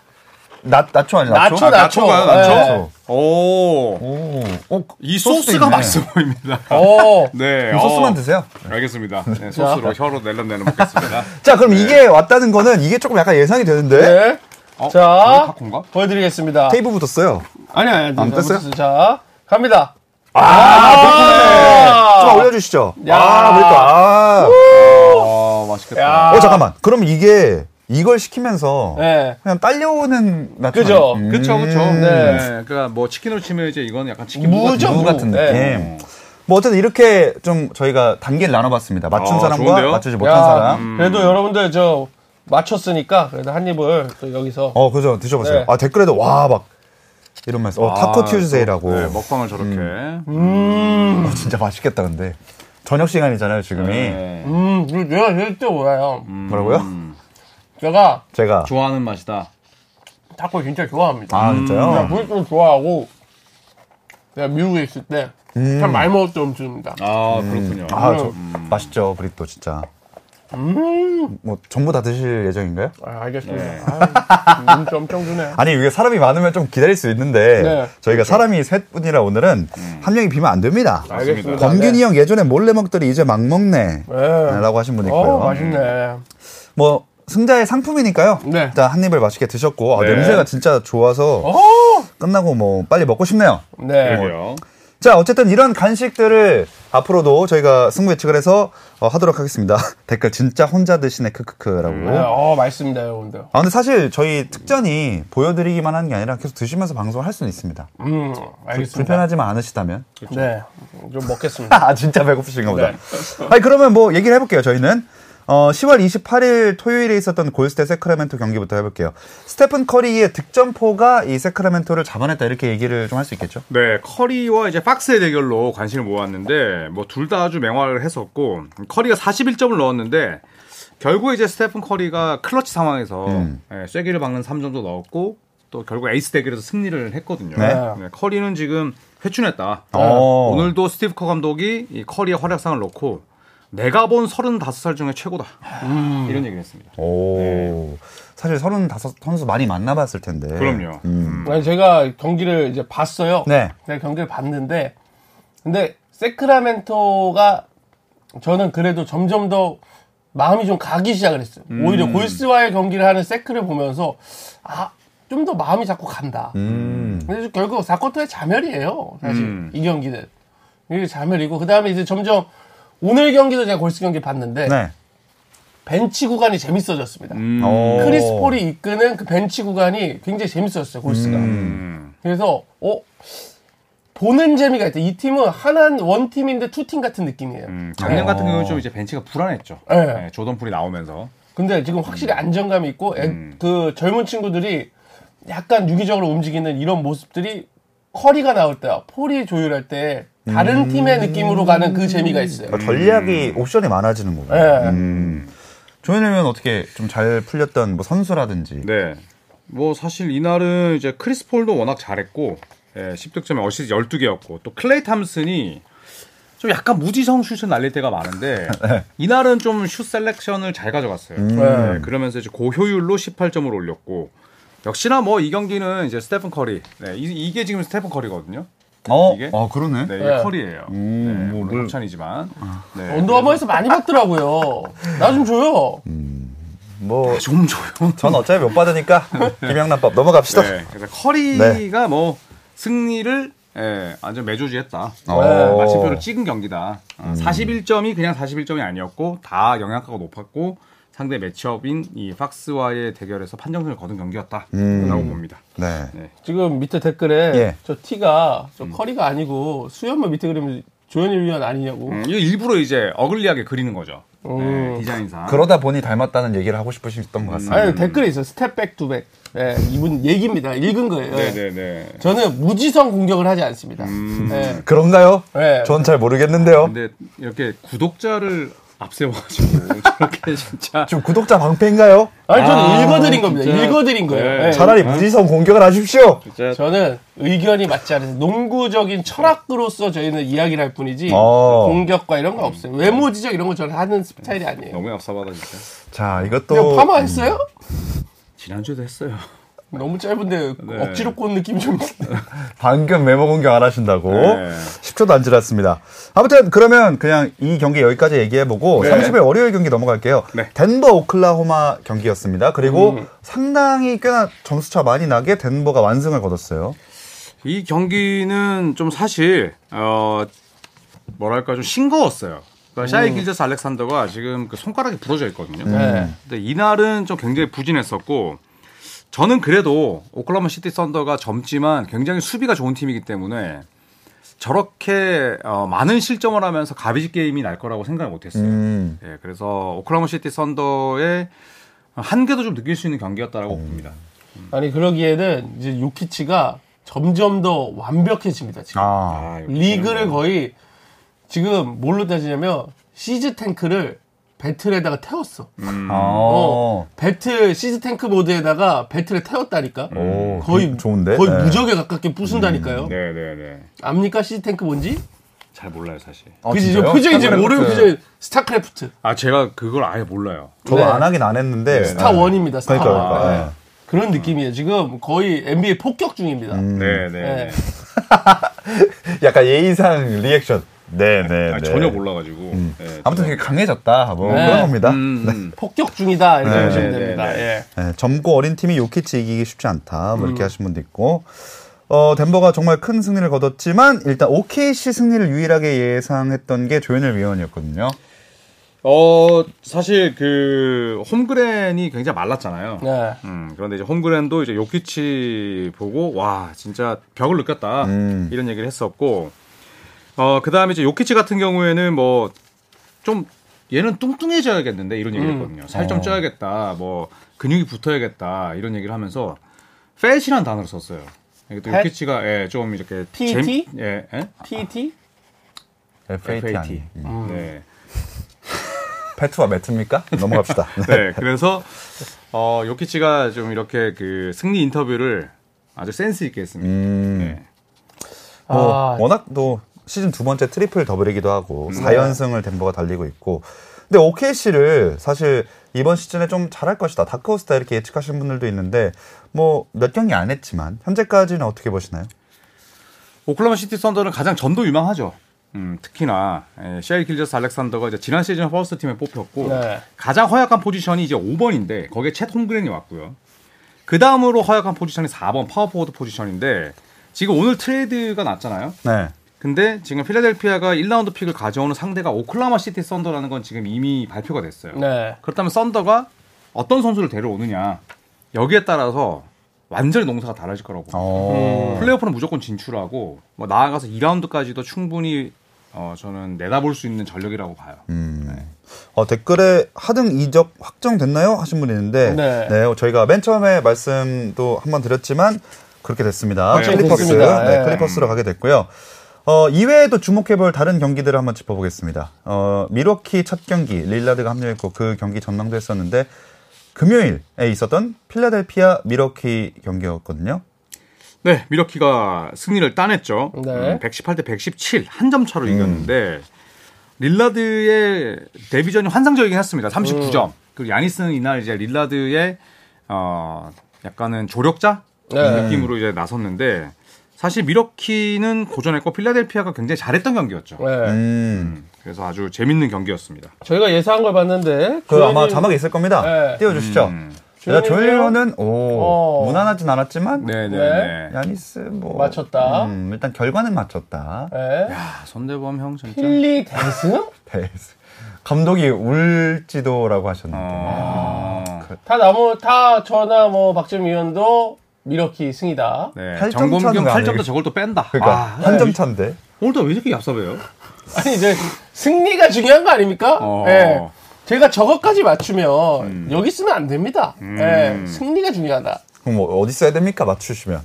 S1: 나, 나초 아니야? 나초?
S3: 나초, 나-
S2: 나초인가요?
S1: 네.
S2: 나초? 오,
S1: 오. 어,
S2: 이
S1: 소스도
S2: 소스가
S1: 있네.
S2: 맛있어 보입니다.
S3: 오.
S2: 네,
S1: 그럼 소스만
S2: 어,
S1: 드세요.
S2: 알겠습니다. 네, 소스로 혀로 낼름낼름 먹겠습니다.
S1: *laughs* 자,
S2: 네.
S1: 그럼 이게 왔다는 거는 이게 조금 약간 예상이 되는데.
S3: 네.
S2: 어, 이거
S3: 자,
S2: 타코인가?
S3: 보여드리겠습니다.
S1: 테이프 붙었어요.
S3: 아니, 아니,
S1: 안 뺐어요?
S3: 자, 갑니다.
S1: 좀 올려주시죠.
S3: 야.
S1: 아, 그러니까.
S2: 아 맛있겠다.
S1: 아.
S3: 야.
S1: 어, 잠깐만. 그럼 이게 이걸 시키면서
S3: 네.
S1: 그냥 딸려오는 나초.
S3: 그죠?
S1: 아니에요?
S2: 그쵸 그쵸.
S1: 음.
S2: 네, 그러니까 뭐 치킨으로 치면 이제 이건 약간 치킨 무
S3: 무죠?
S1: 무 같은
S3: 네.
S1: 느낌. 뭐 어쨌든 이렇게 좀 저희가 단계를 나눠봤습니다. 맞춘
S2: 아,
S1: 사람과
S2: 좋은데요?
S1: 맞추지 못한
S3: 야, 음.
S1: 사람.
S3: 그래도 여러분들 저 맞췄으니까 그래도 한 입을 또 여기서
S1: 어, 그죠. 드셔보세요.
S3: 네. 아,
S1: 아, 댓글에도 와, 막. 이런 말씀. 어, 타코 튜즈데이라고.
S2: 아,
S1: 음.
S2: 네, 먹방을 저렇게.
S1: 어, 진짜 맛있겠다, 근데. 저녁 시간이잖아요, 지금이.
S2: 네.
S3: 음, 이거 내가 이럴 때 몰라요.
S1: 뭐라고요?
S3: 음. 제가
S1: 제가.
S2: 좋아하는 맛이다.
S3: 타코 진짜 좋아합니다.
S1: 아, 진짜요?
S3: 제가 불도 좋아하고 내가 미국에 있을 때 참 많이 먹었던 음식입니다.
S2: 아 그렇군요.
S1: 아, 저,
S3: 음.
S1: 맛있죠, 브리또 진짜. 뭐 전부 다 드실 예정인가요?
S3: 아, 알겠습니다. 아유, 눈치 엄청 주네.
S1: 아니 이게 사람이 많으면 좀 기다릴 수 있는데
S3: 네,
S1: 저희가 사람이 셋 분이라 오늘은 한 명이 비면 안 됩니다.
S2: 알겠습니다.
S1: 범균이 형 예전에 몰래 먹더니 이제 막 먹네라고
S3: 네.
S1: 하신 분이 있고요.
S3: 어, 맛있네.
S1: 뭐 승자의 상품이니까요.
S3: 네. 어?
S1: 일단 한 입을 맛있게 드셨고 아,
S2: 네.
S1: 냄새가 진짜 좋아서
S3: 오!
S1: 끝나고 뭐 빨리 먹고 싶네요.
S3: 네.
S2: 그러게요.
S1: 자, 어쨌든 이런 간식들을 앞으로도 저희가 승부 예측을 해서 어, 하도록 하겠습니다. *laughs* 댓글 진짜 혼자 드시네 크크크라고.
S3: 네, 어, 맛있습니다, 여러분들.
S1: 아 근데 사실 저희 특전이 보여드리기만 하는 게 아니라 계속 드시면서 방송을 할 수는 있습니다.
S3: 음, 알겠습니다.
S1: 불편하지만 않으시다면.
S3: 네, 좀
S1: *laughs*
S3: 먹겠습니다.
S1: 아 진짜 배고프신가 보다. 아니 그러면 뭐 얘기를 해볼게요. 저희는 어, 10월 28일 토요일에 있었던 골스테 세크라멘토 경기부터 해볼게요. 스테픈 커리의 득점포가 이 세크라멘토를 잡아냈다 이렇게 얘기를 좀 할 수 있겠죠.
S2: 네, 커리와 이제 박스의 대결로 관심을 모았는데 뭐 둘 다 아주 맹활을 했었고 커리가 41점을 넣었는데 결국 이제 스테픈 커리가 클러치 상황에서
S1: 음.
S2: 예, 쐐기를 박는 3점도 넣었고 또 결국 에이스 대결에서 승리를 했거든요.
S1: 네.
S2: 네, 커리는 지금 회춘했다.
S1: 어.
S2: 오늘도 스티브 커 감독이 이 커리의 활약상을 놓고 내가 본 35살 중에 최고다. 이런 얘기를 했습니다.
S1: 오. 네. 사실 35 선수 많이 만나봤을 텐데.
S2: 그럼요.
S1: 음.
S3: 아니, 음. 제가 경기를 이제 봤어요.
S1: 네.
S3: 제가 경기를 봤는데, 근데 세크라멘토가 저는 그래도 점점 더 마음이 좀 가기 시작을 했어요.
S1: 음.
S3: 오히려 골스와의 경기를 하는 세크를 보면서, 아, 좀 더 마음이 자꾸 간다. 근데 결국 4쿼터의 자멸이에요. 사실
S1: 음.
S3: 이 경기는. 이게 자멸이고, 그 다음에 이제 점점 오늘 경기도 제가 골스 경기 봤는데,
S1: 네. 음.
S3: 벤치 구간이 재밌어졌습니다.
S1: 오.
S3: 크리스 폴이 이끄는 그 벤치 구간이 굉장히 재밌었어요, 골스가.
S1: 음.
S2: 음.
S3: 그래서, 어, 보는 재미가 있다. 이 팀은 하나, 원 팀인데 투 팀 같은 느낌이에요.
S2: 음, 작년 같은 경우는
S3: 어.
S2: 좀 이제 벤치가 불안했죠.
S3: 네.
S2: 네, 조던 풀이 나오면서.
S3: 근데 지금 확실히
S2: 음.
S3: 안정감이 있고, 애- 그 젊은 친구들이 약간 유기적으로 움직이는 이런 모습들이 커리가 나올 때, 폴이 조율할 때, 다른
S2: 음.
S3: 팀의 느낌으로 가는 그 재미가 있어요.
S1: 그러니까 전략이 옵션이 많아지는 거고. 음.
S3: 예.
S1: 네. 조현일은 어떻게 좀 잘 풀렸던 뭐 선수라든지.
S2: 네. 뭐 사실 이날은 이제 크리스 폴도 워낙 잘했고 예, 10득점에 어시스트 12개였고 또 클레이 탐슨이 좀 약간 무지성 슛을 날릴 때가
S3: *laughs*
S2: 많은데
S3: 네.
S2: 이날은 좀 슛 셀렉션을 잘 가져갔어요.
S3: 음.
S2: 예, 그러면서 이제 고효율로 18점을 올렸고 역시나 뭐 이 경기는 이제 스테픈 커리 네, 이, 게 지금 스테픈 커리거든요.
S1: 어,
S2: 이게?
S1: 아, 그러네.
S2: 네, 이게
S3: 네. 아.
S2: 커리예요.
S1: 음,
S2: 네,
S1: 뭐,
S2: 물론
S1: 뭘-
S2: 협찬이지만 네.
S3: 언더아머에서 많이 봤더라고요. 나 좀 줘요.
S2: 음.
S1: 뭐,
S2: 좀 조용.
S1: 전 어차피 못
S2: *laughs*
S1: 받으니까 김영란법 넘어갑시다.
S2: 네, 그래서 커리가 뭐 승리를 예, 완전 매조지했다. 네.
S1: 오.
S2: 마침표를 찍은 경기다. 어, 41점이 그냥 41점이 아니었고 다 영향가가 높았고 상대 매치업인 이 팍스와의 대결에서 판정승을 거둔 경기였다라고 봅니다.
S1: 네.
S2: 네.
S3: 지금 밑에 댓글에
S1: 예.
S3: 저 티가
S2: 음.
S3: 저 커리가 아니고 수염만 밑에 그리면 조현일 위원 아니냐고.
S2: 음, 이거 일부러 이제 어글리하게 그리는 거죠. 예,
S3: 음.
S2: 디자인상.
S1: 그러다 보니 닮았다는 얘기를 하고 싶으셨던 것
S2: 음.
S1: 같습니다.
S3: 아니 댓글에 있어 스텝백 투백. 예, 이분 얘기입니다. 읽은 거예요. 예.
S2: 네네네. 음.
S3: 저는 무지성 공격을 하지 않습니다. 예.
S1: 그런가요?
S3: 네.
S1: 전 잘 모르겠는데요.
S2: 근데 이렇게 구독자를 앞세워가지고 *laughs* 저렇게 진짜
S1: 지금 구독자 방패인가요?
S3: 아니 저는
S2: 아,
S3: 읽어드린 겁니다.
S2: 진짜.
S3: 읽어드린 거예요.
S2: 네.
S3: 예.
S1: 차라리 무지성 공격을 하십시오.
S2: 진짜
S3: 저는 의견이 맞지 않아서 농구적인 철학으로서 저희는 이야기를 할 뿐이지
S1: 어.
S3: 공격과 이런 거 없어요. 외모 지적 이런 거 저는 하는 스타일이 아니에요.
S2: 너무 앞서받아 진짜.
S1: 자,
S3: 그냥
S1: 이것도
S3: 파마했어요?
S2: 지난주에도 했어요.
S3: 너무 짧은데
S2: 네.
S3: 억지로 꼰 느낌 좀
S1: 방금 메모 공격 안 하신다고
S2: 네.
S1: 10초도 안 지났습니다. 아무튼 그러면 그냥 이 경기 여기까지 얘기해보고
S2: 네.
S1: 30일 월요일 경기 넘어갈게요.
S2: 네. 음.
S1: 덴버 오클라호마 경기였습니다. 그리고 상당히 꽤나 점수차 많이 나게 덴버가 완승을 거뒀어요.
S2: 이 경기는 좀 사실 어 뭐랄까 좀 싱거웠어요. 그러니까 샤이 길저스 알렉산더가 지금 그 손가락이 부러져 있거든요.
S3: 음. 네.
S2: 근데 이날은 좀 굉장히 부진했었고 저는 그래도 오클라마 시티 썬더가 젊지만 굉장히 수비가 좋은 팀이기 때문에 저렇게 어, 많은 실점을 하면서 가비지 게임이 날 거라고 생각을 못했어요.
S1: 음.
S2: 예, 그래서 오클라마 시티 썬더의 한계도 좀 느낄 수 있는
S3: 음.
S2: 경기였다라고 봅니다.
S3: 아니 그러기에는 이제 요키치가 점점 더 완벽해집니다
S1: 아,
S3: 지금
S2: 아, 이거
S3: 리그를 거의 지금 뭘로 따지냐면 시즈 탱크를 배틀에다가 태웠어
S1: 음.
S2: 음.
S1: 어.
S3: 배틀 시즈 탱크 모드에다가 배틀에 태웠다니까
S1: 오,
S3: 거의
S1: 좋- 좋은데?
S3: 거의
S1: 네. 음,
S3: 무적에 가깝게 부순다니까요
S2: 네, 네, 네.
S3: 압니까 시즈 탱크 뭔지
S2: 잘 몰라요, 사실.
S1: 아,
S3: 그지 저
S1: 진짜요?
S3: 표정이 이제 모르는
S1: 스타크래프트.
S3: 표정이 스타크래프트
S2: 어. 아 제가 그걸 아예 몰라요.
S1: 저도
S3: 네.
S1: 안 하긴 안 했는데.
S3: 스타
S1: 네.
S3: 원입니다 스타
S1: 그러니까,
S3: 원
S1: 그러니까.
S3: 네. 그런 느낌이에요 지금 거의 NBA 폭격 중입니다
S1: 음.
S2: 네네.
S3: 네.
S1: 네. 약간 예의상 리액션. 네, 네,
S2: 아,
S1: 네.
S2: 전혀 몰라가지고. 네,
S1: 아무튼 되게 강해졌다. 뭐
S3: 네.
S1: 그런 겁니다.
S2: 음, 음.
S3: 폭격 중이다 이렇게
S1: 네,
S3: 보시면
S2: 네,
S3: 됩니다
S2: 네, 네.
S3: 예. 음.
S1: 네, 젊고 어린 팀이 요키치 이기기 쉽지 않다. 뭐 이렇게 하신 분도 있고. 어, 어, 덴버가 정말 큰 승리를 거뒀지만 일단 OKC 승리를 유일하게 예상했던 게 조현일 위원이었거든요.
S2: 어 사실 그 홈그랜이 굉장히 말랐잖아요.
S3: 네.
S2: 음, 그런데 이제 홈그랜도 이제 요키치 보고 와 진짜 벽을 느꼈다
S1: 음.
S2: 이런 얘기를 했었고 어 그다음에 이제 요키치 같은 경우에는 뭐 좀 얘는 뚱뚱해져야겠는데 이런 얘기를
S3: 음.
S2: 했거든요. 살
S1: 어.
S2: 좀 쪄야겠다, 뭐 근육이 붙어야겠다 이런 얘기를 하면서 fet이라는 단어를 썼어요. 이게 또
S3: Fat?
S2: 요키치가 예, 좀 이렇게
S1: E
S3: PET?
S2: 재미- 예, 예?
S3: PET?
S1: FAT. 아니.
S2: 네.
S1: 패트와 매트입니까?
S3: *laughs*
S1: 넘어갑시다.
S2: 네, 그래서 어 요키치가 좀 이렇게 그 승리 인터뷰를 아주 센스 있게 했습니다.
S1: 음.
S2: 네.
S1: 뭐
S3: 아,
S1: 워낙 또 시즌 두 번째 트리플 더블이기도 하고 4연승을 덴버가 달리고 있고 근데 OKC를 사실 이번 시즌에 좀 잘할 것이다 다크호스다 이렇게 예측하시는 분들도 있는데 뭐 몇 경기 안 했지만 현재까지는 어떻게 보시나요?
S2: 오클라마 시티 썬더는 가장 전도 유망하죠. 음, 특히나 에, 셰일 길저스 알렉산더가 이제 지난 시즌 퍼스트 팀에 뽑혔고
S3: 네.
S2: 가장 허약한 포지션이 이제 5번인데 거기에 챗 홈그랜이 왔고요. 그 다음으로 허약한 포지션이 4번 파워포워드 포지션인데 지금 오늘 트레이드가 났잖아요.
S1: 네.
S2: 근데 지금 필라델피아가 1라운드 픽을 가져오는 상대가 오클라마 시티 썬더라는 건 지금 이미 발표가 됐어요.
S3: 네.
S2: 그렇다면 썬더가 어떤 선수를 데려오느냐 여기에 따라서 완전히 농사가 달라질 거라고.
S3: 네.
S1: 어.
S2: 플레이오프는 무조건 진출하고 뭐 나아가서 2라운드까지도 충분히 어, 저는 내다볼 수 있는 전력이라고 봐요.
S1: 어, 댓글에 하등 이적 확정됐나요? 하신 분이 있는데 어,
S3: 네.
S1: 저희가 맨 처음에 말씀도 한번 드렸지만 그렇게 됐습니다.
S2: 네,
S1: 클리퍼스
S3: 그렇습니다.
S1: 네,
S3: 네.
S1: 클리퍼스로 가게 됐고요. 어, 이외에도 주목해볼 다른 경기들을 한번 짚어보겠습니다. 어, 미러키 첫 경기 릴라드가 합류했고 그 경기 전망도 했었는데 금요일에 있었던 필라델피아 미러키 경기였거든요.
S2: 네, 미러키가 승리를 따냈죠. 음,
S3: 네.
S2: 118대 117 한 점 차로 이겼는데 릴라드의 데뷔전이 환상적이긴 했습니다.
S3: 음.
S2: 39점. 그리고 야니스는 이날 이제 릴라드의 어, 약간은 조력자
S3: 네.
S2: 느낌으로 이제 나섰는데 사실 미러키는 고전했고 필라델피아가 굉장히 잘했던 경기였죠.
S3: 네.
S1: 음.
S2: 그래서 아주 재밌는 경기였습니다.
S3: 저희가 예상한 걸 봤는데
S1: 그 아마
S3: 조현일-
S1: 자막에 있을 겁니다.
S3: 네.
S1: 띄워주시죠.
S3: 조현일
S1: 조일러는 오
S3: 어.
S1: 무난하진 않았지만
S2: 네, 네,
S3: 네.
S2: 네.
S1: 야니스 뭐
S3: 맞췄다.
S1: 음, 일단 결과는 맞췄다.
S3: 네.
S2: 야, 아, 손대범 형 진짜.
S1: 음.
S3: 필리 대승?
S1: 베이스. 네. 감독이 울지도라고 하셨는데.
S2: 어.
S3: 다 나무 다 저나 뭐 박재민 위원도 미러키 승이다.
S2: 네.
S1: 팔점 차는
S2: 정범균
S1: 왜안
S2: 8점도
S1: 되겠-
S2: 저걸 또 뺀다.
S1: 그러니까
S3: 네.
S2: 아,
S1: 한 점 차인데.
S2: 오늘도 왜 이렇게 얍삽해요?
S3: 아니 이제 승리가 중요한 거 아닙니까?
S2: 어. 음.
S3: 예. 제가 저것까지 맞추면 여기 쓰면 안 됩니다. 예. 승리가 중요하다.
S1: 그럼 뭐 어디 써야 됩니까? 맞추시면.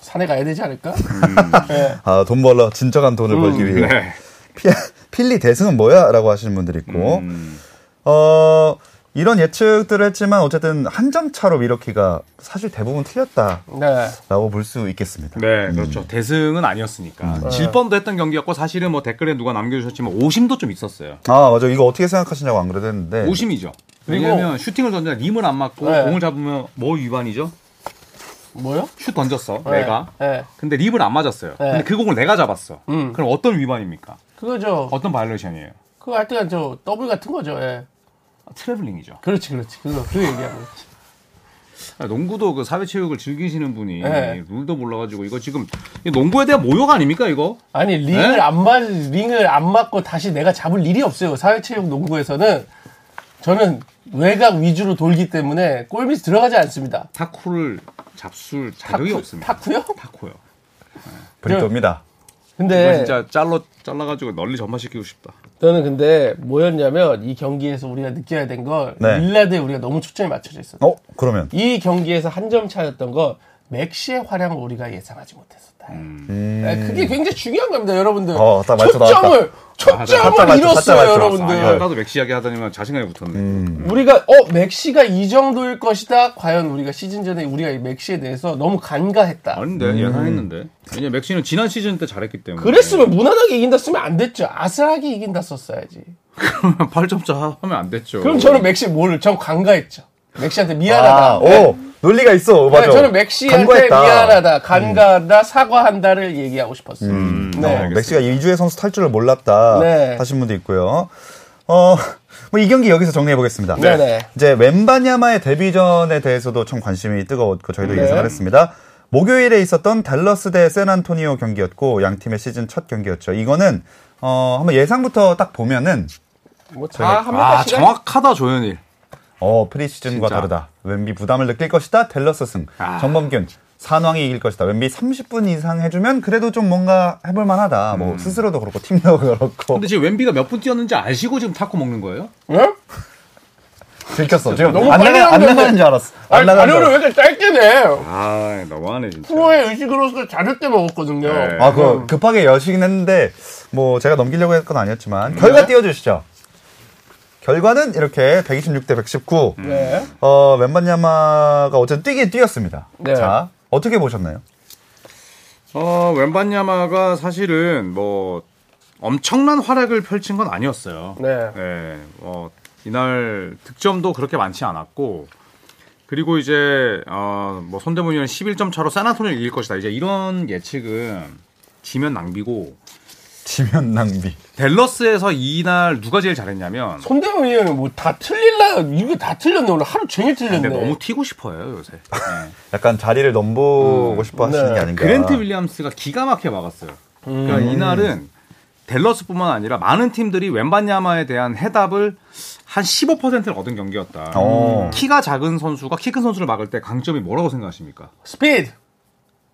S3: 산에 가야 되지 않을까?
S2: 음.
S3: 예.
S1: 아, 돈 벌러 진정한 돈을 벌기 위해.
S2: 네.
S1: 피- 필리 대승은 뭐야라고 하시는 분들이 있고.
S2: 음.
S1: 어 이런 예측들을 했지만 어쨌든 한 점 차로 미러키가 사실 대부분 틀렸다라고
S3: 네.
S1: 볼 수 있겠습니다.
S2: 네, 그렇죠. 대승은 아니었으니까.
S1: 음. 네.
S2: 질 뻔도 했던 경기였고, 사실은 뭐 댓글에 누가 남겨주셨지만, 오심도 좀 있었어요.
S1: 아 맞아 이거 어떻게 생각하시냐고 안 그래도 했는데
S2: 오심이죠.
S3: 그리고-
S2: 왜냐면 슈팅을 던져 림을 안 맞고,
S3: 네.
S2: 공을 잡으면 뭐 위반이죠?
S3: 뭐요?
S2: 슛 던졌어,
S3: 네.
S2: 내가.
S3: 네.
S2: 근데 립을 안 맞았어요.
S1: 네.
S2: 근데 그 공을 내가 잡았어.
S3: 음.
S2: 그럼 어떤 위반입니까?
S3: 그거죠.
S2: 어떤 바이올레이션이에요? 아,
S3: 그거 할 때가 저 더블 같은 거죠. 예.
S2: 트래블링이죠.
S3: 그렇지, 그렇지. 그거 그 얘기하는 거지.
S2: 아, 농구도 그 사회체육을 즐기시는 분이
S3: 네.
S2: 룰도 몰라가지고 이거 지금 이 농구에 대한 모욕 아닙니까 이거?
S3: 아니 링을
S2: 네?
S3: 안 맞, 링을 안 맞고 다시 내가 잡을 일이 없어요. 사회체육 농구에서는 저는 외곽 위주로 돌기 때문에 골밑 들어가지 않습니다.
S2: 탁구를 잡술
S1: 아,
S2: 자격이 없습니다.
S3: 탁구요?
S2: 탁구요. 네.
S1: 브리또입니다.
S2: 이거
S3: 근데
S2: 진짜 잘로 잘라가지고 널리 전파시키고 싶다.
S3: 저는 근데 뭐였냐면 이 경기에서 우리가 느껴야 된 걸
S1: 네.
S3: 릴라드에 우리가 너무 초점이 맞춰져 있었다.
S1: 어 그러면
S3: 이 경기에서 한 점 차였던 건 맥시의 활약을 우리가 예상하지 못했었다. 네, 그게 굉장히 중요한 겁니다, 여러분들.
S1: 음. 어, 딱 맞춰 나왔다.
S3: 초점을
S1: 맞춰,
S3: 초점을
S1: 맞춰, 맞춰,
S3: 잃었어요,
S1: 맞춰.
S2: 아니,
S3: 여러분들.
S2: 아까도 맥시 이야기 하다니만 자신감이 붙었네.
S3: 우리가 어 맥시가 이 정도일 것이다. 과연 우리가 시즌 전에 우리가 이 맥시에 대해서 너무 간과했다.
S2: 아닌데 예상했는데. 왜냐 면 맥시는 지난 시즌 때 잘했기 때문에. *laughs*
S3: 그랬으면 무난하게 이긴다 쓰면 안 됐죠. 아슬하게 이긴다 썼어야지.
S2: 8점차 하면 안 됐죠.
S3: 그럼 저는 맥시 뭘? 전 간과했죠. 맥시한테 미안하다.
S1: 어. 아, 오 논리가 있어 맞아.
S3: 네, 저는 맥시한테
S1: 간과했다. 음.
S3: 미안하다, 간과하다, 사과한다를 얘기하고 싶었어요.
S1: 어,
S3: 네.
S1: 맥시가 2주의 선수 탈 줄을 몰랐다
S3: 네.
S1: 하신 분도 있고요. 어, 뭐 이 경기 여기서 정리해 보겠습니다.
S3: 네, 네.
S1: 이제 웬바냐마의 데뷔전에 대해서도 참 관심이 뜨거웠고 저희도
S3: 네.
S1: 예상을 했습니다. 목요일에 있었던 댈러스 대 샌안토니오 경기였고 양 팀의 시즌 첫 경기였죠. 이거는 어 한번 예상부터 딱 보면은 그러니까.
S3: 뭐다 합니다.
S2: 아
S3: 시간
S2: 정확하다 조현일.
S1: 어 프리시즌과
S2: 진짜.
S1: 다르다. 웬비 부담을 느낄 것이다. 댈러스 승.
S2: 아.
S1: 전범균 산왕이 이길 것이다. 웬비 30분 이상 해주면 그래도 좀 뭔가 해볼 만하다.
S3: 음.
S1: 뭐 스스로도 그렇고 팀도 그렇고
S2: 근데 지금 웬비가 몇 분 뛰었는지 아시고 지금 타코 먹는 거예요?
S3: 예?
S1: 들켰어. 지금
S3: 너무
S1: 안
S3: 빨리
S1: 나가 안
S3: 하는데.
S1: 나가는 줄 알았어. 안
S3: 아니,
S1: 나가는 줄
S3: 자료를 왜
S1: 알았어.
S3: 이렇게 짧게 내?
S2: 아 너무하네 진짜.
S3: 프로의 의식으로서 자료 때 먹었거든요.
S2: 네.
S1: 아,
S3: 어.
S1: 그 급하게 여시긴 했는데 뭐 제가 넘기려고 했건 아니었지만
S3: 음. 네.
S1: 결과 띄워주시죠. 결과는 이렇게 126 대 119.
S3: 네.
S1: 어 웬반야마가 어쨌든 뛰긴 뛰었습니다.
S3: 네.
S1: 자 어떻게 보셨나요?
S2: 어, 웬반야마가 사실은 뭐 엄청난 활약을 펼친 건 아니었어요.
S3: 네.
S2: 예, 어, 이날 득점도 그렇게 많지 않았고 그리고 이제 어, 뭐 손대문이는 11점 차로 사나토니를 이길 것이다. 이제 이런 예측은 지면 낭비고
S1: 지면 낭비.
S2: 댈러스에서 이날 누가 제일 잘했냐면
S3: 손대문 의원은 뭐 다 틀릴라 이거 다 틀렸네 오늘 하루 종일 틀렸네.
S2: 근데 너무 튀고 싶어요 요새. 예.
S1: 약간 자리를 넘보고 싶어 하시는
S3: 네.
S1: 게 아닌가.
S2: 그랜트 윌리엄스가 기가 막히게 막았어요. 그러니까 이날은 댈러스뿐만 아니라 많은 팀들이 웬반야마에 대한 해답을 한 15%를 얻은 경기였다.
S1: 어.
S2: 키가 작은 선수가 키 큰 선수를 막을 때 강점이 뭐라고 생각하십니까?
S3: 스피드.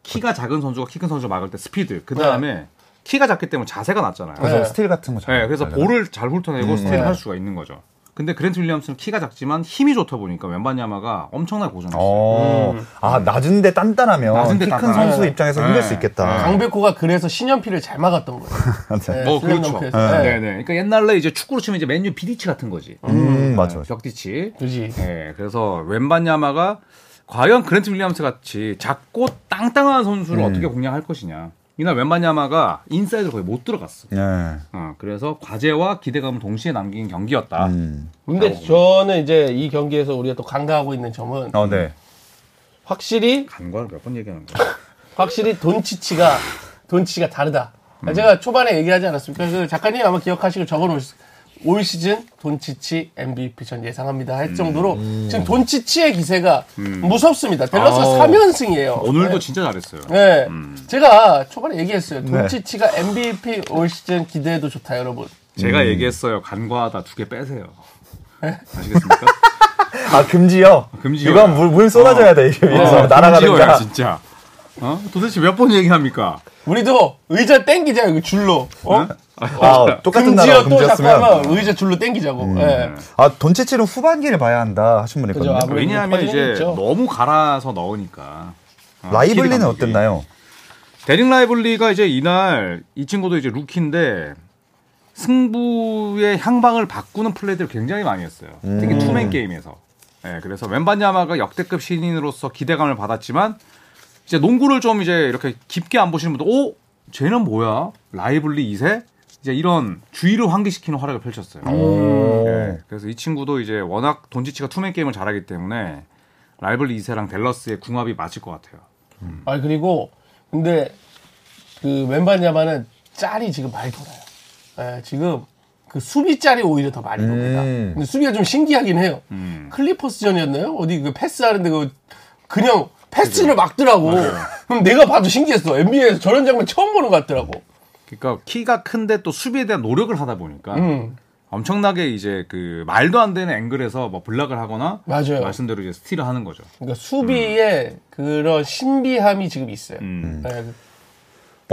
S2: 키가 작은 선수가 키 큰 선수를 막을 때 스피드. 그 다음에 키가 작기 때문에 자세가 낮잖아요.
S1: 그래서
S3: 네.
S1: 스틸 같은 거 잘.
S2: 네, 음. 그래서
S1: 알잖아요.
S2: 볼을 잘 훑어내고 스틸을
S3: 네.
S2: 할 수가 있는 거죠. 근데 그랜트 윌리엄스는 키가 작지만 힘이 좋다 보니까 웬반야마가 엄청나게 고전했어요.
S1: 어. 아 낮은데 단단하면
S2: 낮은데
S1: 키 큰
S2: 단단하면.
S1: 선수 입장에서
S2: 네.
S1: 힘들 수
S3: 아.
S1: 있겠다.
S3: 강백호가 그래서 신현필을 잘 막았던 *laughs* 거예요.
S1: 네.
S2: 뭐
S3: 슬램
S2: 그렇죠.
S3: 덩크에서.
S2: 네.
S3: 네.
S2: 네 그러니까 옛날에 이제 축구로 치면 이제 맨유 비디치 같은 거지.
S1: 음 맞아.
S2: 네.
S1: 맞아.
S2: 어, 벽디치.
S3: 그지.
S2: 네, 그래서 웬반야마가 과연 그랜트 윌리엄스 같이 작고 땅땅한 선수를
S1: 네.
S2: 어떻게 공략할 것이냐. 이날 웬반야마가 인사이드를 거의 못 들어갔어.
S1: 네.
S2: 어, 그래서 과제와 기대감을 동시에 남긴 경기였다.
S1: 음.
S3: 근데 저는 이제 이 경기에서 우리가 또 간과하고 있는 점은
S1: 어 네.
S3: 확실히
S2: 간과를 몇 번
S1: *laughs*
S2: 얘기하는 거야.
S3: 확실히 돈치치가 돈치치가 다르다. 제가 초반에 얘기하지 않았습니까? 그 작가님 아마 기억하시고 적어놓으셨 올 시즌 돈치치 MVP 전 예상합니다 할 정도로 지금 돈치치의 기세가 무섭습니다. 밸런스가
S2: 어.
S3: 3연승이에요.
S2: 오늘도 진짜 잘했어요.
S3: 네. 제가 초반에 얘기했어요.
S1: 네.
S3: 돈치치가 MVP 올 시즌 기대해도 좋다, 여러분.
S2: 제가
S1: 음.
S2: 얘기했어요. 간과하다 두 개 빼세요.
S1: 네. *laughs*
S2: 아시겠습니까?
S1: 아 금지요.
S2: 금지요.
S1: 이건 물, 물 쏟아져야 돼 이게 위에서 날아가든가.
S2: 금지어야, 진짜. 어? 도대체 몇 번 얘기합니까?
S3: 우리도 의자 땡기자, 여기 줄로. 어?
S1: 아 똑같은 나라
S3: 금지어 또 자꾸
S1: 금지였으면.
S3: 하면 의자 줄로 땡기자고. 예.
S1: 아 돈치치는 후반기를 봐야 한다 하신 분뭐 있거든요.
S3: 그죠, 아,
S2: 왜냐하면
S3: 퍼즐이
S2: 이제
S3: 있죠.
S2: 너무 갈아서 넣으니까. 어,
S1: 라이블리는
S2: 키리 감독이.
S1: 어땠나요?
S2: 데릭 라이블리가 이제 이날 이 친구도 이제 루키인데 승부의 향방을 바꾸는 플레이들을 굉장히 많이 했어요. 특히
S1: 음.
S2: 투맨 게임에서. 예, 그래서 웬반야마가 역대급 신인으로서 기대감을 받았지만 이제 농구를 좀 이제 이렇게 깊게 안 보시는 분들, 오, 쟤는 뭐야? 라이블리 2세? 이제 이런 주의를 환기시키는 활약을 펼쳤어요.
S1: 음. 네.
S3: 네.
S2: 예, 그래서 이 친구도 이제 워낙 돈지치가 투맨 게임을 잘하기 때문에 라이블리 2세랑 댈러스의 궁합이 맞을 것 같아요.
S3: 아, 그리고, 근데, 그, 왼반 야마는 짤이 지금 많이 돌아요. 예, 지금, 그 수비 짤이 오히려 더 많이 돕니다.
S1: 음.
S3: 근데 수비가 좀 신기하긴 해요. 클리퍼스전이었나요? 어디 그 패스하는데 그, 그냥 패스를 막더라고. 그럼 내가 봐도 신기했어. NBA에서 저런 장면 처음 보는 것 같더라고.
S2: 그러니까 키가 큰데 또 수비에 대한 노력을 하다 보니까
S3: 음.
S2: 엄청나게 이제 그 말도 안 되는 앵글에서 뭐 블락을 하거나
S3: 맞아요.
S2: 말씀대로 이제 스틸을 하는 거죠.
S3: 그러니까 수비에 그런 신비함이 지금 있어요.
S2: 음.
S1: 음.
S3: 예,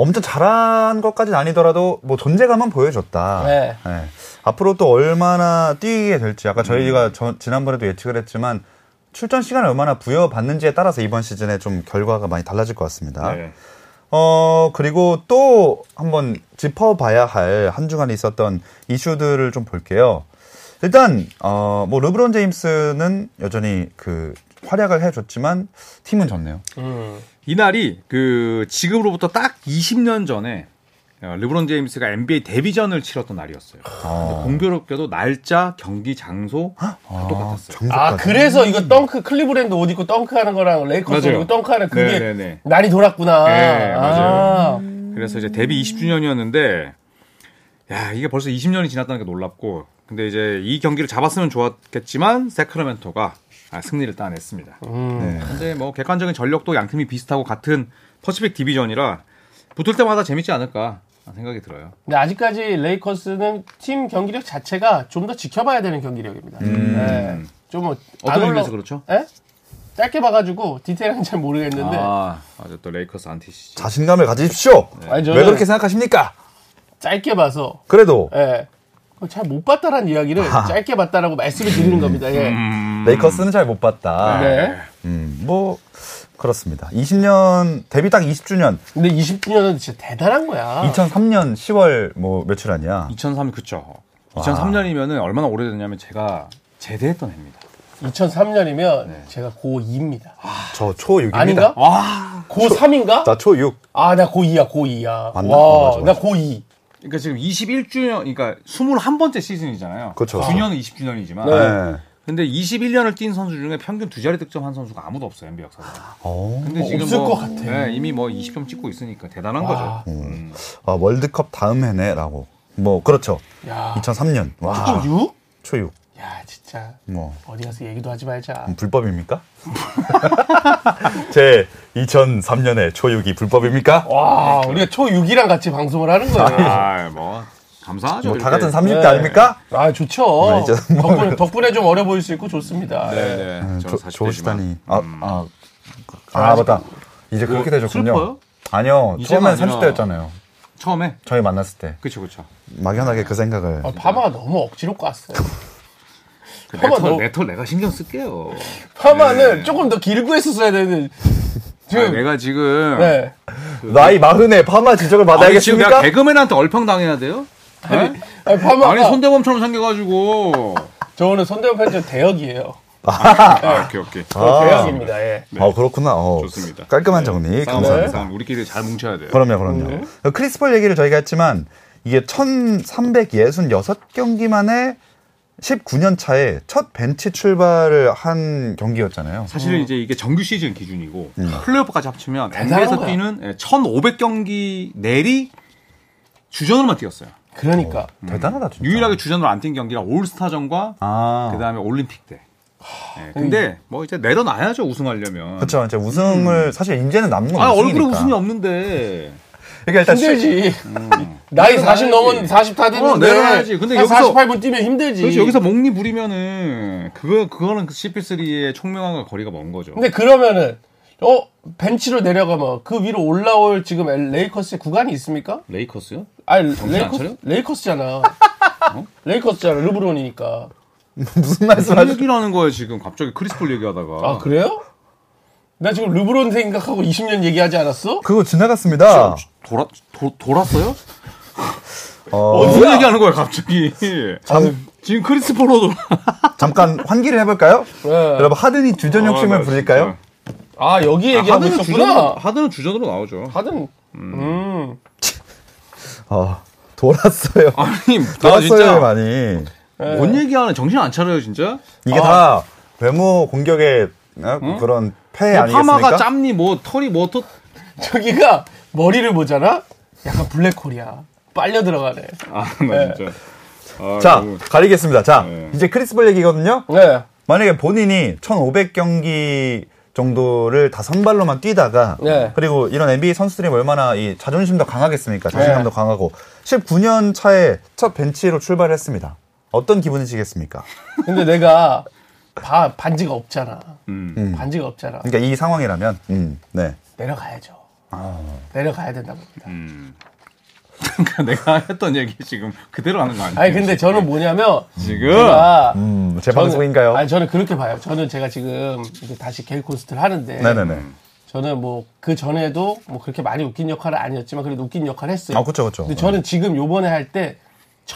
S1: 엄청 잘한 것까지는 아니더라도 뭐 존재감은 보여줬다.
S3: 네.
S1: 예. 앞으로 또 얼마나 뛰게 될지 아까 저희가
S3: 음.
S1: 저- 지난번에도 예측을 했지만 출전 시간을 얼마나 부여받는지에 따라서 이번 시즌에 좀 결과가 많이 달라질 것
S3: 아.
S1: 같습니다.
S2: 네.
S1: 어 그리고 또 한번 짚어봐야 할 한 주간 에 있었던 이슈들을 좀 볼게요. 일단 어뭐 르브론 제임스는 여전히 그 활약을 해줬지만 팀은 졌네요.
S3: 음.
S2: 이날이 그 지금으로부터 딱 20년 전에 어, 르브론 제임스가 NBA 데뷔전을 치렀던 날이었어요.
S3: 아.
S2: 근데 공교롭게도 날짜, 경기, 장소 다 똑같았어요.
S3: 아, 그래서
S1: 음.
S3: 이거 덩크, 클리브랜드 옷 입고 덩크 하는 거랑 레이커스 옷
S2: 맞아요.
S3: 입고 덩크 하는 그게
S2: 네네네.
S3: 날이 돌았구나.
S2: 네, 맞아요.
S3: 아,
S2: 그래서 이제 데뷔 20주년이었는데 야 이게 벌써 20년이 지났다는 게 놀랍고 근데 이제 이 경기를 잡았으면 좋았겠지만 세크라멘토가 아, 승리를 따냈습니다.
S3: 어. 음.
S1: 네.
S2: 근데 뭐 객관적인 전력도 양 팀이 비슷하고 같은 퍼시픽 디비전이라 붙을 때마다 재밌지 않을까 생각이 들어요.
S3: 근데 아직까지 레이커스는 팀 경기력 자체가 좀 더 지켜봐야 되는 경기력입니다.
S1: 음.
S3: 네. 좀 어-
S2: 어떤
S3: 안 올라-
S2: 의미에서 그렇죠?
S3: 예? 짧게 봐가지고 디테일은 잘 모르겠는데
S2: 아, 맞아 또 레이커스 안티시.
S1: 자신감을 가지십시오.
S3: 아니, 저는-
S1: 왜 그렇게 생각하십니까?
S3: 짧게 봐서
S1: 그래도
S3: 예. 잘 못 봤다라는 이야기를 짧게 봤다라고 말씀을 드리는 겁니다. 예.
S2: 음.
S1: 레이커스는 잘 못
S2: 아,
S1: 봤다.
S3: 네.
S1: 음, 뭐 그렇습니다. 20년 데뷔 딱 20주년
S3: 근데 20주년은 진짜 대단한
S1: 아.
S3: 거야.
S1: 2003년 10월 뭐 며칠 아니야?
S2: 2003 그쵸. 2003년이면은 얼마나 오래됐냐면 제가 제대했던 해입니다.
S3: 2003년이면 제가 고2입니다.
S1: 저 초6입니다.
S3: 아닌가? 고3인가?
S1: 나 초6.
S3: 아, 나 고2야, 고2야.
S1: 맞나?
S3: 와,
S1: 맞아, 맞아.
S3: 나 고2.
S2: 그러니까 지금 21주년, 그러니까 21번째 시즌이잖아요.
S1: 그쵸.
S2: 주년은 20주년이지만.
S3: 네.
S1: 네.
S2: 근데 21년을 뛴 선수 중에 평균 두 자리 득점한 선수가 아무도 없어요 NBA 역사상.
S1: 어.
S2: 근데
S3: 어, 없을 것 같아.
S2: 네, 이미 뭐 20점 찍고 있으니까 대단한
S3: 와.
S2: 거죠. 음.
S1: 아, 월드컵 다음 해네라고. 뭐 그렇죠.
S3: 야.
S1: 2003년. 와.
S3: 또 6?
S1: 초6.
S3: 야, 진짜.
S1: 뭐
S3: 어디 가서 얘기도 하지 말자.
S1: 불법입니까? *laughs* 제 2003년에 초6이 불법입니까? 뭐
S3: 와, 우리가 초6이랑 같이 방송을 하는 거예요.
S2: 아, 뭐 감사하죠.
S1: 뭐 다
S2: 이렇게.
S1: 같은 30대
S3: 네.
S1: 아닙니까?
S3: 아, 좋죠.
S1: 진짜 뭐-
S3: 덕분에, 덕분에 좀 어려 보일 수 있고 좋습니다.
S2: 네,
S3: 예.
S2: 네.
S1: 음, 조-
S2: 저는 40대지만. 음.
S1: 조시다니. 아, 아, 아, 맞다. 이제 그렇게 되셨군요.
S2: 뭐, 슬퍼요?
S1: 아니요.
S2: 이제는
S1: 처음엔
S2: 아니라.
S1: 30대였잖아요.
S2: 처음에
S1: 저희 만났을 때.
S2: 그쵸그쵸
S1: 막연하게 그 생각을.
S3: 아, 파마가 너무 억지로 깠어요.
S2: 그
S3: 한번
S2: 네토,
S3: 더-
S2: 네토 내가 신경 쓸게요.
S3: 파마는 조금 더 길고 했었어야 되는데.
S2: 아,
S3: 지금,
S2: 내가 지금
S3: 네.
S1: 나이 마흔에 파마 지적을
S2: 아니, 지금 내가
S1: 받아야겠습니까?
S2: 개그맨한테 얼평 당해야 돼요? 네?
S3: 아니, 파마가.
S2: 아니 손대범처럼 생겨가지고.
S3: 저 오늘 손대원 편집 대역이에요.
S2: 아, 오케이 오케이.
S1: 아.
S3: 대역입니다, 예.
S1: 아, 그렇구나. 어,
S2: 네. 좋습니다. 네.
S1: 깔끔한 정리.
S2: 싸움, 싸움,
S1: 네, 감사합니다.
S2: 싸움. 우리끼리 잘 뭉쳐야 돼요.
S1: 그럼요, 그럼요.
S2: 네.
S1: 크리스폴 얘기를 저희가 했지만 이게 1366경기 만에 19년 차에 첫 벤치 출발을 한 경기였잖아요.
S2: 사실은 이제 이게 정규 시즌 기준이고
S1: 네.
S2: 플레이오프까지 합치면
S3: 대단한
S2: NBA에서
S3: 거야.
S2: 뛰는 예, 1,500경기 내리 주전으로만 뛰었어요.
S3: 그러니까.
S1: 대단하다, 진짜.
S2: 음. 유일하게 주전으로 안 뛴 경기가 올스타전과
S1: 아.
S2: 그다음에 올림픽 때. 예, 근데 뭐 이제 내려놔야죠 우승하려면.
S1: 그렇죠. 이제
S2: 음.
S1: 우승을 사실 이제는 남는 건
S2: 아
S1: 우승이니까.
S2: 얼굴에 웃음이 없는데.
S1: 그러니까 일단 시-
S3: 힘들지. 음. 나이 40 넘은 40 다 됐는데.
S2: 어, 내려가야지. 근데
S3: 한
S2: 여기서-
S3: 48분 뛰면 힘들지.
S2: 그렇지 여기서 목니 부리면은 그거 그거는 CP3의 총명함과 거리가 먼 거죠.
S3: 근데 그러면은 어 벤치로 내려가면 그 위로 올라올 지금 엘- 레이커스의 구간이 있습니까?
S2: 레이커스요?
S3: 아니
S2: 정신 안 차려? 어?
S3: 레이커스 레이커스잖아. 레이커스잖아 르브론이니까.
S1: *laughs* 무슨
S2: 무슨
S1: 말씀하시는
S2: 얘기를 하는 거예요 지금 갑자기 크리스폴 얘기하다가.
S3: 아 그래요? 나 지금 르브론 생각하고 20년 얘기하지 않았어?
S1: 그거 지나갔습니다.
S2: 돌아 도, 돌았어요?
S1: 어,
S2: 무슨 얘기하는 거야 갑자기? *laughs*
S1: 잠,
S2: 지금 크리스폴로 돌아.
S1: 잠깐 환기를 해볼까요?
S3: 네.
S1: 여러분 하든이 주전
S2: 아,
S1: 욕심을
S2: 나
S1: 부릴까요?
S3: 아 여기
S2: 진짜.
S3: 얘기하고
S2: 하드는 주전으로
S3: 있었구나.
S2: 하드는 주전으로 나오죠.
S3: 하든 음.
S1: 아 돌았어요.
S2: 아니 나
S1: 돌았어요 예,
S2: 진짜
S1: 많이.
S2: 뭔 얘기하는 정신 안 차려요 진짜.
S1: 이게 다 외모 공격의 어? 그런 패 아니겠습니까?
S2: 파마가 짬니 뭐 털이 뭐또
S3: *laughs* 저기가 머리를 보잖아. 약간 블랙홀이야. 빨려 들어가네.
S2: 아나 진짜. 아,
S1: 예. 자
S2: 너무-
S1: 가리겠습니다. 자
S2: 네.
S1: 이제 크리스볼 얘기거든요.
S3: 네.
S1: 만약에 본인이 1,500경기 정도를 다 선발로만 뛰다가
S3: 네.
S1: 그리고 이런 NBA 선수들이 얼마나 이 자존심도 강하겠습니까? 자신감도 강하고 19년 차에 첫 벤치로 출발했습니다. 어떤 기분이시겠습니까?
S3: 근데 내가 바, 반지가 없잖아.
S2: 음.
S3: 반지가 없잖아.
S1: 그러니까 이 상황이라면 음, 네.
S3: 내려가야죠.
S2: 아.
S3: 내려가야 된다고 봅니다.
S2: 그러니까 내가 했던 얘기 지금 그대로 하는 아. 거 아니에요?
S3: 아니 근데 저는 뭐냐면
S2: 지금
S3: 제가
S1: 음, 제
S3: 저는-
S1: 방송인가요?
S3: 아니 저는 그렇게 봐요. 저는 제가 지금 이제 다시 개그 콘서트를 하는데
S1: 네네네.
S3: 저는 뭐 그 전에도 뭐 그렇게 많이 웃긴 역할은 아니었지만 그래도 웃긴 역할을 했어요.
S1: 아, 그쵸, 그쵸.
S3: 근데 저는 지금 요번에 할 때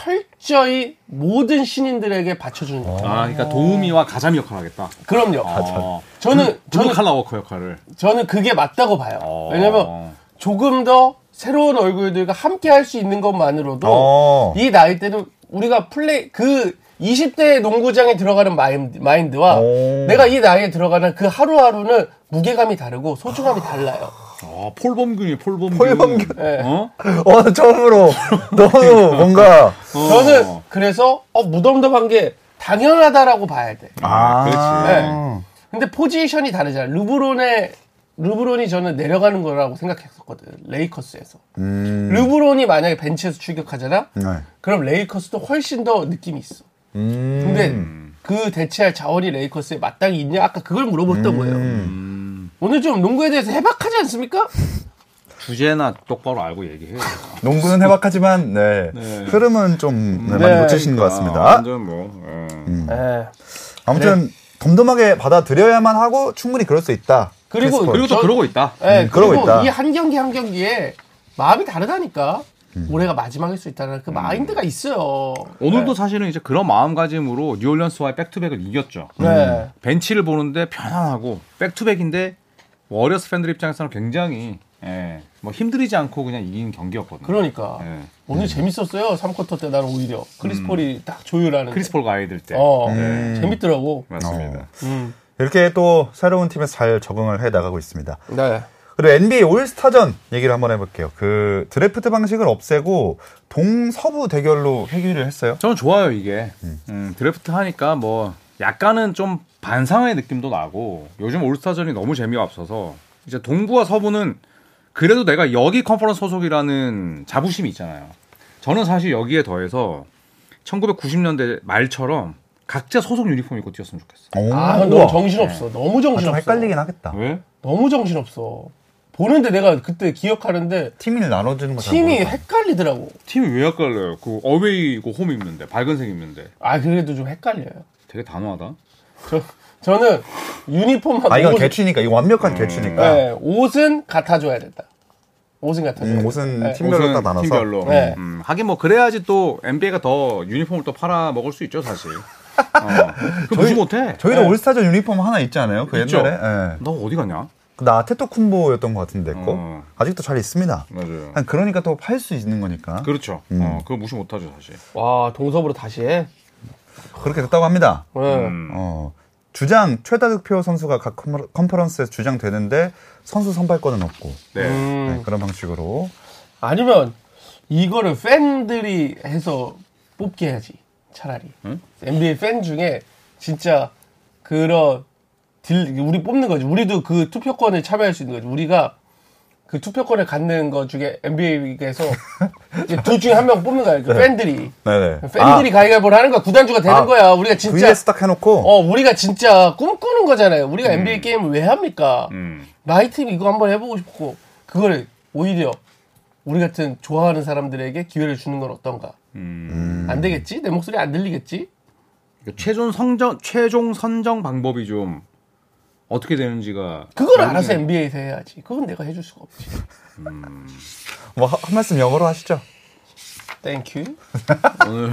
S3: 철저히 모든 신인들에게 받쳐주는
S1: 어.
S3: 역할.
S2: 아 그러니까 도우미와 가자미 역할을 하겠다.
S3: 그럼요.
S2: 어,
S3: 저는
S2: 블루
S3: 저는
S2: 칼라워커 역할을.
S3: 저는 그게 맞다고 봐요.
S2: 어.
S3: 왜냐면 조금 더 새로운 얼굴들과 함께 할 수 있는 것만으로도
S1: 어.
S3: 이 나이 때는 우리가 플레이 그 20대 농구장에 들어가는 마인드, 마인드와
S1: 오.
S3: 내가 이 나이에 들어가는 그 하루하루는 무게감이 다르고 소중함이 달라요.
S2: 아 폴범균이 폴범균.
S1: 폴범균.
S3: 예.
S2: 어?
S1: 어, *laughs* 처음으로 너무 뭔가
S2: 어.
S3: 저는 그래서 어, 무덤덤한 게 당연하다라고 봐야 돼.
S1: 아,
S2: 그렇지.
S3: 네. 근데 포지션이 다르잖아. 르브론의 르브론이 저는 내려가는 거라고 생각했었거든. 레이커스에서.
S1: 음,
S3: 르브론이 만약에 벤치에서 출격하잖아.
S1: 네.
S3: 그럼 레이커스도 훨씬 더 느낌이 있어.
S1: 음.
S3: 근데 그 대체할 자원이 레이커스에 마땅히 있냐? 아까 그걸 물어봤던
S1: 음.
S3: 거예요. 오늘 좀 농구에 대해서 해박하지 않습니까?
S2: 주제나 똑바로 알고 얘기해요.
S1: 농구는 해박하지만 네. 흐름은 좀 *laughs* 네, 많이
S3: 네,
S1: 놓치신 것 같습니다.
S2: 아, 완전 뭐. 예.
S1: 음.
S3: 예.
S1: 아무튼 덤덤하게 받아들여야만 하고 충분히 그럴 수 있다.
S3: 그리고-
S1: 크리스폴.
S2: 그리고 또
S3: 전-
S2: 그러고 있다.
S3: 예,
S1: 음, 그러고
S3: 그리고
S1: 있다.
S3: 이 한 경기 한 경기에 마음이 다르다니까.
S1: 음.
S3: 올해가 마지막일 수 있다는 그 마인드가 있어요.
S2: 오늘도
S3: 네.
S2: 사실은 이제 그런 마음가짐으로 뉴올리언스와의 백투백을 이겼죠.
S3: 네.
S1: 음.
S3: 네.
S2: 벤치를 보는데 편안하고 백투백인데 워리어스 팬들 입장에서는 굉장히 예, 뭐 힘들이지 않고 그냥 이긴 경기였거든요.
S3: 그러니까
S2: 예.
S3: 오늘 재밌었어요. 3쿼터 때 나는 오히려
S1: 음.
S3: 크리스폴이 딱 조율하는.
S2: 크리스폴 가이들 때.
S3: 어,
S1: 예.
S3: 재밌더라고.
S2: 맞습니다.
S1: 어.
S3: 음.
S1: 이렇게 또 새로운 팀에 잘 적응을 해 나가고 있습니다.
S3: 네.
S1: 그리고 NBA 올스타전 얘기를 한번 해볼게요. 그 드래프트 방식을 없애고 동서부 대결로 회귀를 했어요.
S2: 저는 좋아요 이게 음, 드래프트 하니까 뭐 약간은 좀 반상의 느낌도 나고 요즘 올스타전이 너무 재미가 없어서 이제 동부와 서부는 그래도 내가 여기 컨퍼런스 소속이라는 자부심이 있잖아요. 저는 사실 여기에 더해서 1990년대 말처럼 각자 소속 유니폼 입고 뛰었으면 좋겠어.
S1: 오,
S3: 아,
S1: 우와.
S3: 너무 정신없어. 너무
S1: 아, 좀
S3: 정신없어.
S1: 헷갈리긴 하겠다.
S2: 왜?
S3: 너무 정신없어. 보는데 내가 그때 기억하는데
S1: 팀을 나눠주는 어, 거잘
S3: 팀이
S1: 모르겠다.
S3: 헷갈리더라고.
S2: 팀이 왜 헷갈려요? 그 어웨이고 홈 입는데 밝은색 입는데
S3: 아, 그래도 좀 헷갈려요.
S2: 되게 단호하다.
S3: 저, 저는 유니폼만
S1: 아 이건
S3: 옷-
S1: 개취니까 이거 완벽한 개취니까
S3: 네, 옷은 같아줘야 된다. 옷은 같아줘야
S1: 음,
S3: 된다.
S1: 옷은
S3: 네.
S1: 팀별로
S2: 옷은
S1: 딱 나눠서
S2: 팀별로.
S3: 네.
S2: 음, 하긴 뭐 그래야지 또 NBA가 더 유니폼을 또 팔아 먹을 수 있죠 사실. 어. 그 무시 못해.
S1: 저희도
S3: 네.
S1: 올스타전 유니폼 하나 있지 않아요? 그
S2: 있죠.
S1: 옛날에 예.
S2: 너 어디 갔냐?
S1: 나 테토쿤보였던 것 같은데 거
S3: 음.
S2: 어.
S1: 아직도 잘 있습니다.
S2: 맞아요.
S1: 아, 그러니까 또 팔 수 있는 거니까 그...
S2: 그렇죠. 어, 그거 무시 못하죠 사실.
S3: 와, 동서부로 다시 해.
S1: 렇게 됐다고 합니다.
S3: 네.
S2: 음.
S1: 어, 주장 최다 득표 선수가 각 컨퍼- 컨퍼런스에서 주장되는데 선수 선발권은 없고
S2: 네.
S3: 음.
S1: 네, 그런 방식으로
S3: 아니면 이거를 팬들이 해서 뽑게 해야지. 차라리. NBA 팬 중에 진짜 그런 딜 우리 뽑는 거지. 우리도 그 투표권에 참여할 수 있는 거지. 우리가 그 투표권을 갖는 거 중에
S1: *laughs*
S3: NBA에서 둘 중에 한 명 뽑는 거야. 그 팬들이.
S1: 네. 네네.
S3: 팬들이 가위바위보를 하는 거야. 구단주가 되는
S1: 아,
S3: 거야. 우리가
S1: 아,
S3: 진짜
S1: VS 딱 해놓고
S3: 어, 우리가 진짜 꿈꾸는 거잖아요. 우리가 NBA 게임을 왜 합니까? 나이 팀 이거 한번 해보고 싶고, 그걸 오히려 우리 같은 좋아하는 사람들에게 기회를 주는 건 어떤가? 안 되겠지? 내 목소리 안 들리겠지?
S2: 최종 선정 최종 선정 방법이 좀 어떻게 되는지가
S3: 그걸 알아서 NBA에서 해야지. 그건 내가 해줄 수가 없지.
S1: 뭐 한 말씀 영어로 하시죠.
S3: 땡큐.
S2: 오늘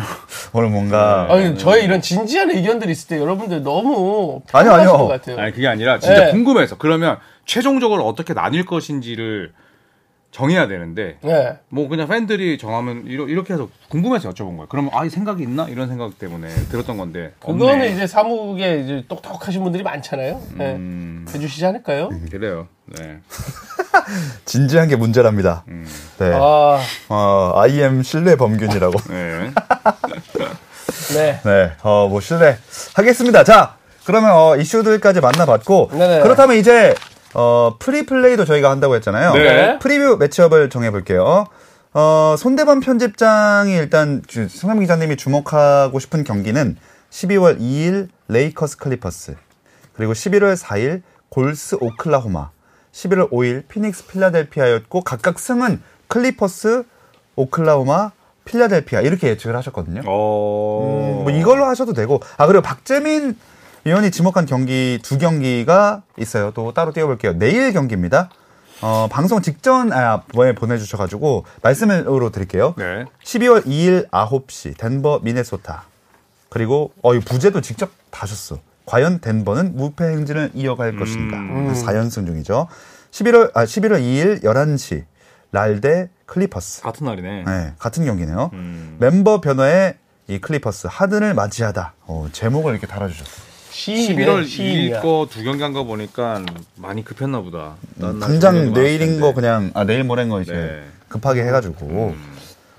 S1: 오늘 뭔가
S3: 아니, 저의 이런 진지한 의견들이 있을 때 여러분들 너무
S1: 아니요, 아니요.
S3: 편하신 것 같아요.
S2: 아니 그게 아니라 진짜
S3: 네.
S2: 궁금해서 그러면 최종적으로 어떻게 나뉠 것인지를 정해야 되는데
S3: 네.
S2: 뭐 그냥 팬들이 정하면 이러- 이렇게 해서 궁금해서 여쭤본 거예요. 그럼 아이 생각이 있나 이런 생각 때문에 들었던 건데
S3: 그거는
S2: 없네.
S3: 이제 사무국에 이제 똑똑하신 분들이 많잖아요. 네.
S2: 음.
S3: 해주시지 않을까요?
S2: 그래요. 네.
S1: 진지한 게 문제랍니다. 네.
S3: 아,
S1: 어, I am 실내 범균이라고.
S2: 네.
S3: 네.
S1: 네, 어, 뭐 실례 하겠습니다. 자, 그러면 어, 이슈들까지 만나봤고
S3: 네네.
S1: 그렇다면 이제 어, 프리플레이도 저희가 한다고 했잖아요.
S2: 네.
S1: 프리뷰 매치업을 정해볼게요. 어, 손대범 편집장이 일단 주- 성남 기자님이 주목하고 싶은 경기는 12월 2일 레이커스 클리퍼스 그리고 11월 4일 골스 오클라호마 11월 5일 피닉스 필라델피아였고 각각 승은 클리퍼스 오클라호마 필라델피아 이렇게 예측을 하셨거든요.
S2: 어.
S1: 뭐 이걸로 하셔도 되고 아 그리고 박재민 위원이 지목한 경기 두 경기가 있어요 또 따로 띄워볼게요 내일 경기입니다 어 방송 직전 아 뭐에 보내주셔가지고 말씀으로 드릴게요
S2: 네.
S1: 12월 2일 9시 덴버 미네소타 그리고 어이 부제도 직접 다셨어 과연 덴버는 무패 행진을 이어갈 것인가 4연승 중이죠 11월 아 11월 2일 11시 랄데 클리퍼스
S2: 같은 날이네. 음.
S1: 네, 같은 경기네요. 멤버 변화에 이 클리퍼스 하든을 맞이하다. 어, 제목을 이렇게 달아주셨어요.
S3: 시인이네,
S2: 11월 2일
S3: 시인이야.
S2: 거 두 경기 한 거 보니까 많이 급했나 보다. 난
S1: 당장
S2: 나중에도
S1: 내일인
S2: 나올
S1: 거
S2: 텐데.
S1: 그냥 아 내일 모레인 거 이제
S2: 음. 네. 음.
S1: 급하게 해가지고.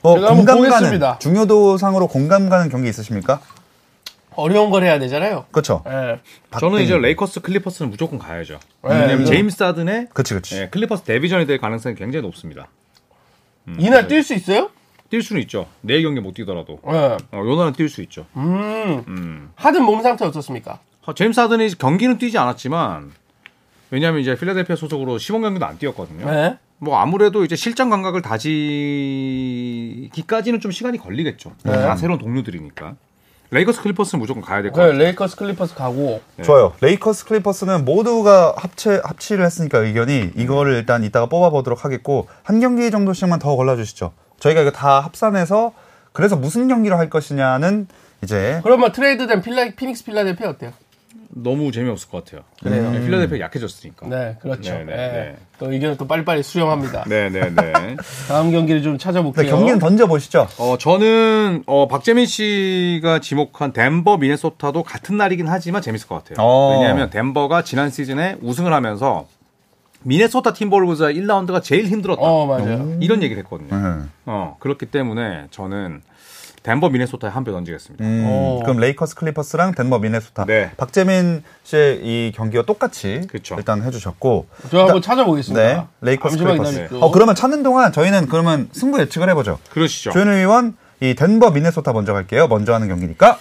S1: 어,
S3: 제가 한번
S1: 공감 가는
S3: 보겠습니다.
S1: 중요도상으로 공감 가는 경기 있으십니까?
S3: 어려운 걸 해야 되잖아요.
S1: 그렇죠.
S2: 네.
S3: 예.
S2: 저는 이제 레이커스 클리퍼스는 무조건 가야죠.
S3: 예.
S2: 왜냐면 제임스 하든의
S1: 그렇지, 그렇지.
S2: 예, 클리퍼스 데뷔전이 될 가능성이 굉장히 높습니다.
S3: 이날 뛸 수 있어요?
S2: 뛸 수는 있죠. 내일 경기 못 뛰더라도
S3: 네. 예.
S2: 어, 요날은 뛸 수 있죠.
S3: 음. 하든 몸 상태 어떻습니까?
S2: 어, 제임스 하든이 경기는 뛰지 않았지만 왜냐하면 이제 필라델피아 소속으로 시범 경기도 안 뛰었거든요.
S3: 예.
S2: 뭐 아무래도 이제 실전 감각을 다지기까지는 좀 시간이 걸리겠죠.
S3: 네.
S2: 다 새로운 동료들이니까. 레이커스 클리퍼스는 무조건 가야 될 것
S3: 그
S2: 같아요.
S3: 레이커스 클리퍼스 가고
S2: 네.
S1: 좋아요. 레이커스 클리퍼스는 모두가 합체 합치를 했으니까 의견이 이거를 일단 이따가 뽑아보도록 하겠고 한 경기 정도씩만 더 골라주시죠. 저희가 이거 다 합산해서 그래서 무슨 경기로 할 것이냐는 이제
S3: 그러면 뭐 트레이드된 필라 피닉스 필라델피아 어때요?
S2: 너무 재미없을 것 같아요.
S3: 그래요.
S2: 네, 필라델피아 약해졌으니까.
S3: 네, 그렇죠.
S2: 네, 네,
S3: 예.
S2: 네.
S3: 또 의견을 또 빨리빨리 수렴합니다.
S2: 네네네.
S3: 다음 경기를 좀
S1: 근데
S3: 찾아볼게요.
S1: 네, 경기는 던져 보시죠.
S2: 어, 저는 어, 박재민 씨가 지목한 덴버 미네소타도 같은 날이긴 하지만 재밌을 것 같아요.
S1: 어.
S2: 왜냐하면 덴버가 지난 시즌에 우승을 하면서 미네소타 팀볼브즈와 1라운드가 제일 힘들었다.
S3: 어, 맞아요.
S2: 이런 얘기를 했거든요.
S1: 네.
S2: 어, 그렇기 때문에 저는 덴버 미네소타에 한 표 던지겠습니다.
S1: 음,
S3: 오.
S1: 그럼 레이커스 클리퍼스랑 덴버 미네소타.
S2: 네.
S1: 박재민 씨의 이 경기와 똑같이
S2: 그쵸.
S1: 일단 해주셨고.
S3: 저 한번
S1: 네.
S3: 찾아보겠습니다.
S1: 레이커스
S3: 잠시만
S1: 클리퍼스.
S3: 기다리십시오.
S1: 어 그러면 찾는 동안 저희는 그러면 승부 예측을 해보죠.
S2: 그러시죠.
S1: 조현우 의원 이 덴버 미네소타 먼저 갈게요. 먼저 하는 경기니까.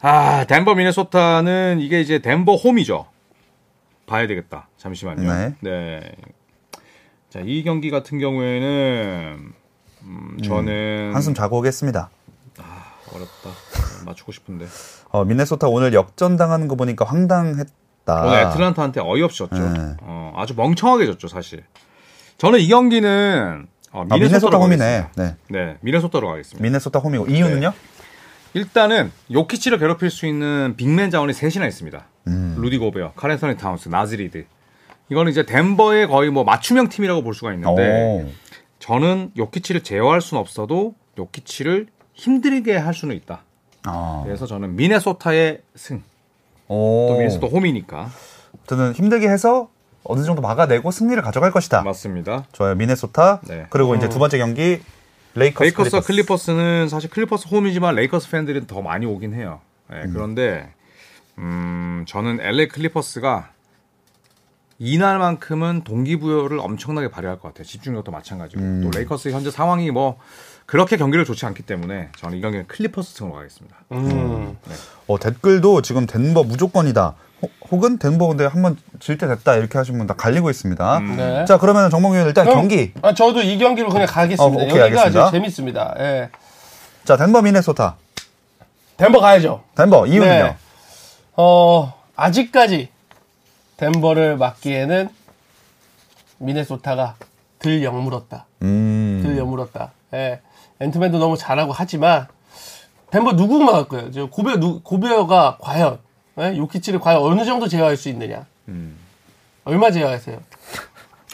S2: 아, 덴버 미네소타는 이게 이제 덴버 홈이죠. 봐야 되겠다. 잠시만요.
S1: 네.
S2: 자, 이 경기 같은 경우에는 음, 저는
S1: 네. 한숨 자고 오겠습니다.
S2: 어렵다. 맞추고 싶은데.
S1: 어, 미네소타 오늘 역전 당하는 거 보니까 황당했다.
S2: 오늘 애틀란타한테 어이없이 졌죠.
S1: 아. 네.
S2: 어, 아주 멍청하게 졌죠, 사실. 저는 이 경기는 어,
S1: 아, 미네소타
S2: 미네소타로
S1: 홈이네.
S2: 가겠습니다.
S1: 네.
S2: 네, 미네소타로 가겠습니다.
S1: 미네소타 홈이고 이유는요?
S2: 일단은 요키치를 괴롭힐 수 있는 빅맨 자원이 셋이나 있습니다.
S1: 음.
S2: 루디 고베어, 카렌서니 타운스, 나즈리드. 이거는 이제 덴버의 거의 뭐 맞춤형 팀이라고 볼 수가 있는데
S1: 오.
S2: 저는 요키치를 제어할 수는 없어도 요키치를 힘들게 할 수는 있다.
S1: 아.
S2: 그래서 저는 미네소타의 승.
S1: 오.
S2: 네. 또 미네소타 홈이니까
S1: 저는 힘들게 해서 어느 정도 막아내고 승리를 가져갈 것이다.
S2: 맞습니다.
S1: 좋아요. 미네소타.
S2: 네.
S1: 그리고
S3: 어.
S1: 이제 두 번째 경기 레이커스,
S2: 그 레이커스와
S1: 클리퍼스.
S2: 클리퍼스는 사실 클리퍼스 홈이지만 레이커스 팬들은 더 많이 오긴 해요. 예, 그런데 음, 저는 LA 클리퍼스가 이날만큼은 동기부여를 엄청나게 발휘할 것 같아요. 집중력도 마찬가지고 또 레이커스 현재 상황이 뭐 그렇게 경기를 좋지 않기 때문에 저는 이 경기는 클리퍼스 승으로 가겠습니다.
S3: 음.
S1: 어, 댓글도 지금 덴버 무조건이다. 호- 혹은 덴버 근데 한번 질 때 됐다 이렇게 하신 분 다 갈리고 있습니다.
S3: 네.
S1: 자 그러면 정봉규 일단
S3: 그럼,
S1: 경기
S3: 아, 저도 이 경기로 그냥 가겠습니다.
S1: 어, 오케이,
S3: 여기가
S1: 알겠습니다.
S3: 아주 재밌습니다. 예.
S1: 자 덴버 미네소타
S3: 덴버 가야죠.
S1: 덴버 이유는요
S3: 네. 어, 아직까지 덴버를 막기에는 미네소타가 들 영물었다.
S1: 음,
S3: 들 여물었다. 예. 앤트맨도 너무 잘하고 하지만 덴버 누구 막을 거예요? 저 고베 누, 고베어가 과연 예? 요키치를 과연 어느 정도 제어할 수 있느냐? 얼마 제어하세요?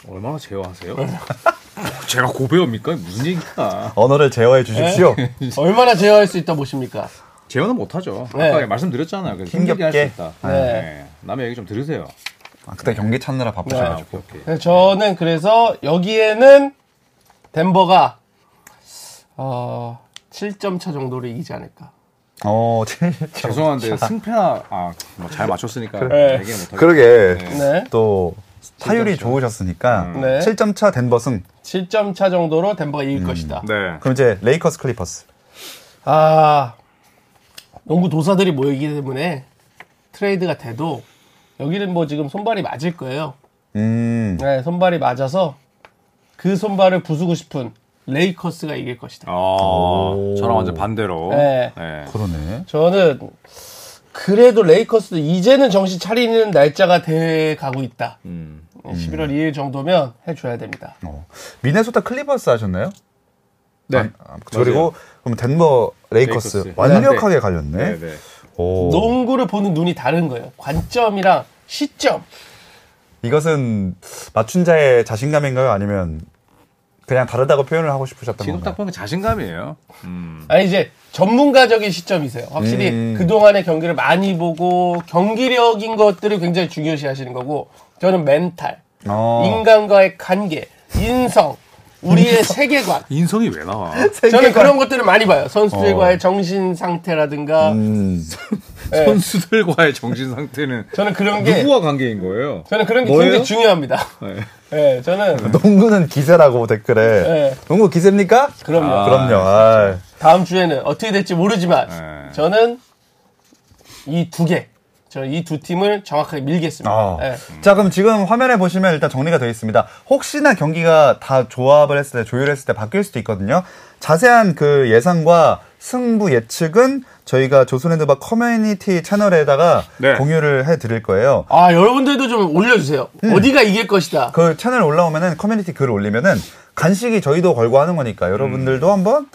S2: 얼마나 제어하세요? *laughs* 제가 고배입니까? 무슨 얘기입니까?
S1: 언어를 제어해 주십시오
S3: 네. 얼마나 제어할 수 있다 보십니까?
S2: 제어는 못하죠.
S3: 네.
S2: 아까 말씀드렸잖아요. 그래서 힘들게 할 수
S1: 힘겹게.
S2: 있다.
S3: 네.
S2: 네. 남의 얘기 좀 들으세요.
S1: 아, 그때 경기 찾느라
S2: 아,
S1: 바쁘셔가지고
S2: 오케이, 오케이.
S3: 그래서 예, 저는 그래서 여기에는 덴버가 어, 7점 차 정도로 이기지 않을까.
S1: 어, 칠-
S2: 죄송한데 승패나 아잘 맞췄으니까
S3: 그래.
S2: 얘기 못하겠
S1: 그러게
S3: 네.
S1: 또 타율이 좋으셨으니까
S3: 네.
S1: 7점 차 덴버 승
S3: 7점 차 정도로 덴버가 이길 것이다.
S2: 네.
S1: 그럼 이제 레이커스 클리퍼스
S3: 아, 농구 도사들이 모이기 때문에 트레이드가 돼도 여기는 뭐 지금 손발이 맞을 거예요.
S1: 음,
S3: 네, 손발이 맞아서 그 손발을 부수고 싶은 레이커스가 이길 것이다.
S2: 아, 저랑 완전 반대로.
S3: 네.
S2: 네.
S1: 그러네
S3: 저는 그래도 레이커스도 이제는 정신 차리는 날짜가 돼 가고 있다.
S2: 음.
S3: 11월 2일 정도면 해줘야 됩니다.
S1: 어. 미네소타 클리퍼스 하셨나요?
S2: 네.
S1: 아, 그리고 그럼 덴버 레이커스,
S2: 레이커스.
S1: 완벽하게 갈렸네
S2: 네, 네.
S1: 오.
S3: 농구를 보는 눈이 다른 거예요. 관점이랑 시점.
S1: 이것은 맞춘 자의 자신감인가요? 아니면 그냥 다르다고 표현을 하고 싶으셨던
S2: 지금 딱
S1: 건가요?
S2: 보면 자신감이에요. 음.
S3: 아니 이제 전문가적인 시점이세요. 확실히
S2: 네.
S1: 음.
S3: 그동안의 경기를 많이 보고 경기력인 것들을 굉장히 중요시 하시는 거고 저는 멘탈,
S1: 어.
S3: 인간과의 관계, 인성, 우리의
S2: *laughs*
S3: 세계관.
S2: 인성이 왜
S3: *laughs*
S2: 나와? 어.
S3: 저는 그런 것들을 많이 봐요. 선수들과의 정신 상태라든가
S1: 음,
S2: 선수들과의 정신 상태는
S3: 네. 저는 그런 게
S2: 누구와 관계인 거예요?
S3: 저는 그런 게
S2: 뭐예요?
S3: 굉장히 중요합니다. *laughs*
S2: 네. 아.
S3: 예, 저는
S1: 농구는 기세라고 댓글에.
S3: 네.
S1: 농구 기세입니까?
S3: 그럼요.
S2: 아,
S1: 그럼요. 아,
S3: 다음 주에는 어떻게 될지 모르지만
S2: 네.
S3: 저는 이 두 개, 저 이 두 팀을 정확하게 밀겠습니다.
S1: 아.
S2: 네.
S3: 예.
S1: 자, 그럼 지금 화면에 보시면 일단 정리가 되어 있습니다. 혹시나 경기가 다 조합을 했을 때, 조율했을 때 바뀔 수도 있거든요. 자세한 그 예상과 승부 예측은 저희가 조선핸드바 커뮤니티 채널에다가
S2: 네.
S1: 공유를 해 드릴 거예요.
S3: 아, 여러분들도 좀 올려주세요.
S1: 음.
S3: 어디가 이길 것이다.
S1: 그 채널 올라오면은 커뮤니티 글 올리면은 간식이 저희도 걸고 하는 거니까 여러분들도
S2: 음.
S1: 한번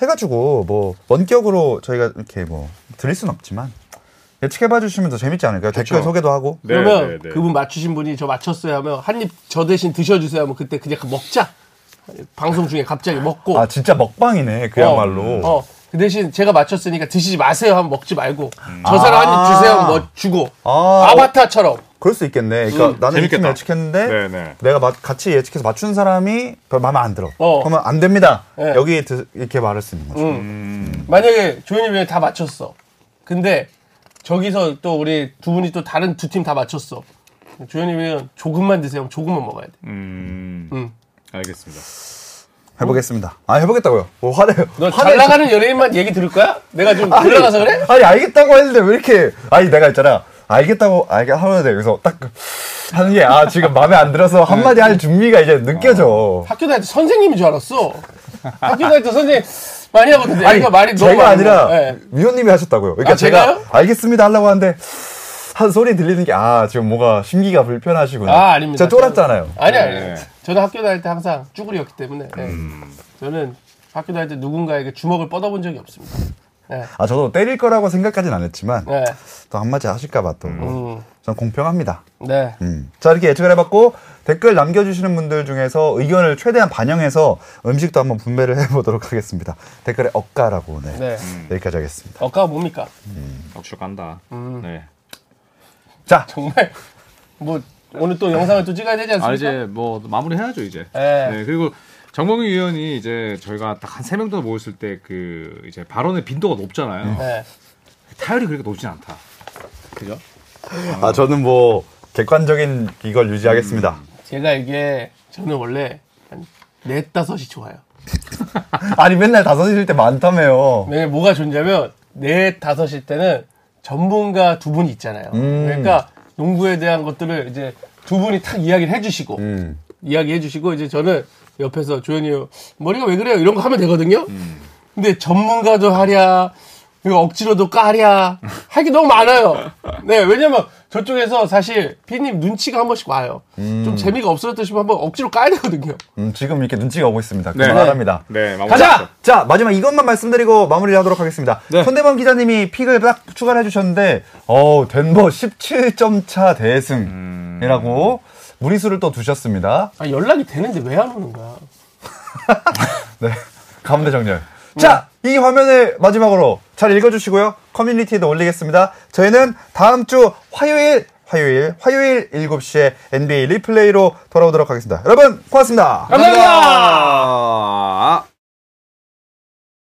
S1: 해가지고 뭐 원격으로 저희가 이렇게 뭐 드릴 순 없지만 예측해봐 주시면 더 재밌지 않을까요? 댓글 소개도 하고
S2: 네,
S3: 그러면
S2: 네, 네.
S3: 그분 맞추신 분이 저 맞췄어요 하면 한 입 저 대신 드셔주세요 하면 그때 그냥 먹자. 방송 중에 갑자기 먹고.
S1: 아 진짜 먹방이네
S2: 음.
S1: 그야말로
S3: 어, 어. 그 대신 제가 맞췄으니까 드시지 마세요 하면 먹지 말고 저 사람 한
S1: 아.
S3: 입 주세요 하면 뭐 주고
S1: 아.
S3: 아, 바타처럼
S1: 그럴 수 있겠네.
S3: 음,
S1: 그러니까 나는 이팀
S2: 재밌겠다.
S1: 예측했는데
S2: 네, 네.
S1: 내가 마- 같이 예측해서 맞춘 사람이 별로 마음에 안 들어.
S3: 어.
S1: 그러면 안 됩니다.
S3: 네. 음.
S1: 여기 드- 이렇게 말할 수 있는 거죠.
S3: 만약에 조현이 형이 다 맞췄어 근데 저기서 또 우리 두 분이 또 다른 두 팀 다 맞췄어 조현이 형은 조금만 드세요 하면 조금만 먹어야 돼
S2: 음.
S3: 음.
S2: 알겠습니다.
S1: 해보겠습니다. 아 해보겠다고요. 뭐 화내요.
S3: 너 잘 나가는 연예인만 얘기 들을 거야? 내가 좀
S1: 아니,
S3: 올라가서 그래?
S1: 아니 알겠다고 했는데 왜 이렇게 아니 내가 있잖아 알겠다고 알게 하면 돼 여기서 딱 하는 게 아 지금 마음에 안 들어서
S3: 네.
S1: 한마디 할 준비가 이제 느껴져.
S3: 학교 다닐 때 선생님인 줄 알았어 학교 다닐 때 선생님 많이 하거든 아니, 말이 너무
S1: 제가
S3: 안 나.
S1: 아니라
S3: 예.
S1: 위원님이 하셨다고요. 그러니까
S3: 아,
S1: 제가
S3: 제가요?
S1: 알겠습니다 하려고 하는데 한 소리 들리는 게 아 지금 뭐가 심기가 불편하시구나.
S3: 아, 아닙니다.
S1: 제가 쫄았잖아요.
S3: 아니 아니.
S2: 네.
S3: 저는 학교 다닐 때 항상 쭈구리였기 때문에 예.
S1: 음.
S3: 저는 학교 다닐 때 누군가에게 주먹을 뻗어본 적이 없습니다. 예.
S1: 아 저도 때릴 거라고 생각까지는 안 했지만
S3: 예.
S1: 또 한마디 하실까봐 또. 전 공평합니다.
S3: 네.
S1: 음. 자 이렇게 예측을 해봤고 댓글 남겨주시는 분들 중에서 의견을 최대한 반영해서 음식도 한번 분배를 *laughs* 해보도록 하겠습니다. 댓글에 억까라고 네.
S3: 네.
S1: 여기까지 하겠습니다.
S3: 어가 뭡니까?
S2: 억지로 간다.
S3: 음.
S2: 네.
S1: 자
S3: 정말 뭐 오늘 또 영상을 또 찍어야 되지 않습니까?
S2: 아 이제 뭐 마무리 해야죠 이제.
S3: 네.
S2: 네. 그리고 정봉희 위원이 이제 저희가 딱 한 세 명 정도 모였을 때 그 이제 발언의 빈도가 높잖아요.
S3: 네.
S2: 타율이 그렇게 높진 않다. 그죠?
S1: 아, 저는 뭐 객관적인 이걸 유지하겠습니다.
S3: 제가 이게 저는 원래 한 네, 넷다섯이 좋아요.
S1: 아니 맨날 다섯일 때 많다며요.
S3: 왜냐면 네, 뭐가 좋냐면 넷 다섯일 때는 전문가 두 분이 있잖아요.
S1: 음.
S3: 그러니까 농구에 대한 것들을 이제 두 분이 탁 이야기를 해주시고
S1: 음.
S3: 이야기해 주시고 이제 저는 옆에서 조현이 형, 머리가 왜 그래요 이런 거 하면 되거든요.
S1: 음.
S3: 근데 전문가도 하랴 이거 억지로도 까랴 할 게 너무 많아요. 네 왜냐면 저쪽에서 사실 피님 눈치가 한 번씩 와요. 좀 재미가 없어졌다 싶으면 한번 억지로 까야 되거든요.
S1: 음, 지금 이렇게 눈치가 오고 있습니다.
S2: 네.
S1: 그만합니다.
S2: 네. 마무리
S1: 가자! 자, 마지막 이것만 말씀드리고 마무리를 하도록 하겠습니다.
S2: 네.
S1: 손대범 기자님이 픽을 딱 추가를 해주셨는데, 어 덴버 17점 차 대승이라고 무리수를 또 두셨습니다.
S3: 아, 연락이 되는데 왜 안 오는 거야?
S1: 네. *laughs* 가운데 정렬. 자, 이 화면을 마지막으로 잘 읽어주시고요. 커뮤니티에도 올리겠습니다. 저희는 다음 주 화요일, 화요일, 화요일 7시에 NBA 리플레이로 돌아오도록 하겠습니다. 여러분, 고맙습니다.
S2: 감사합니다.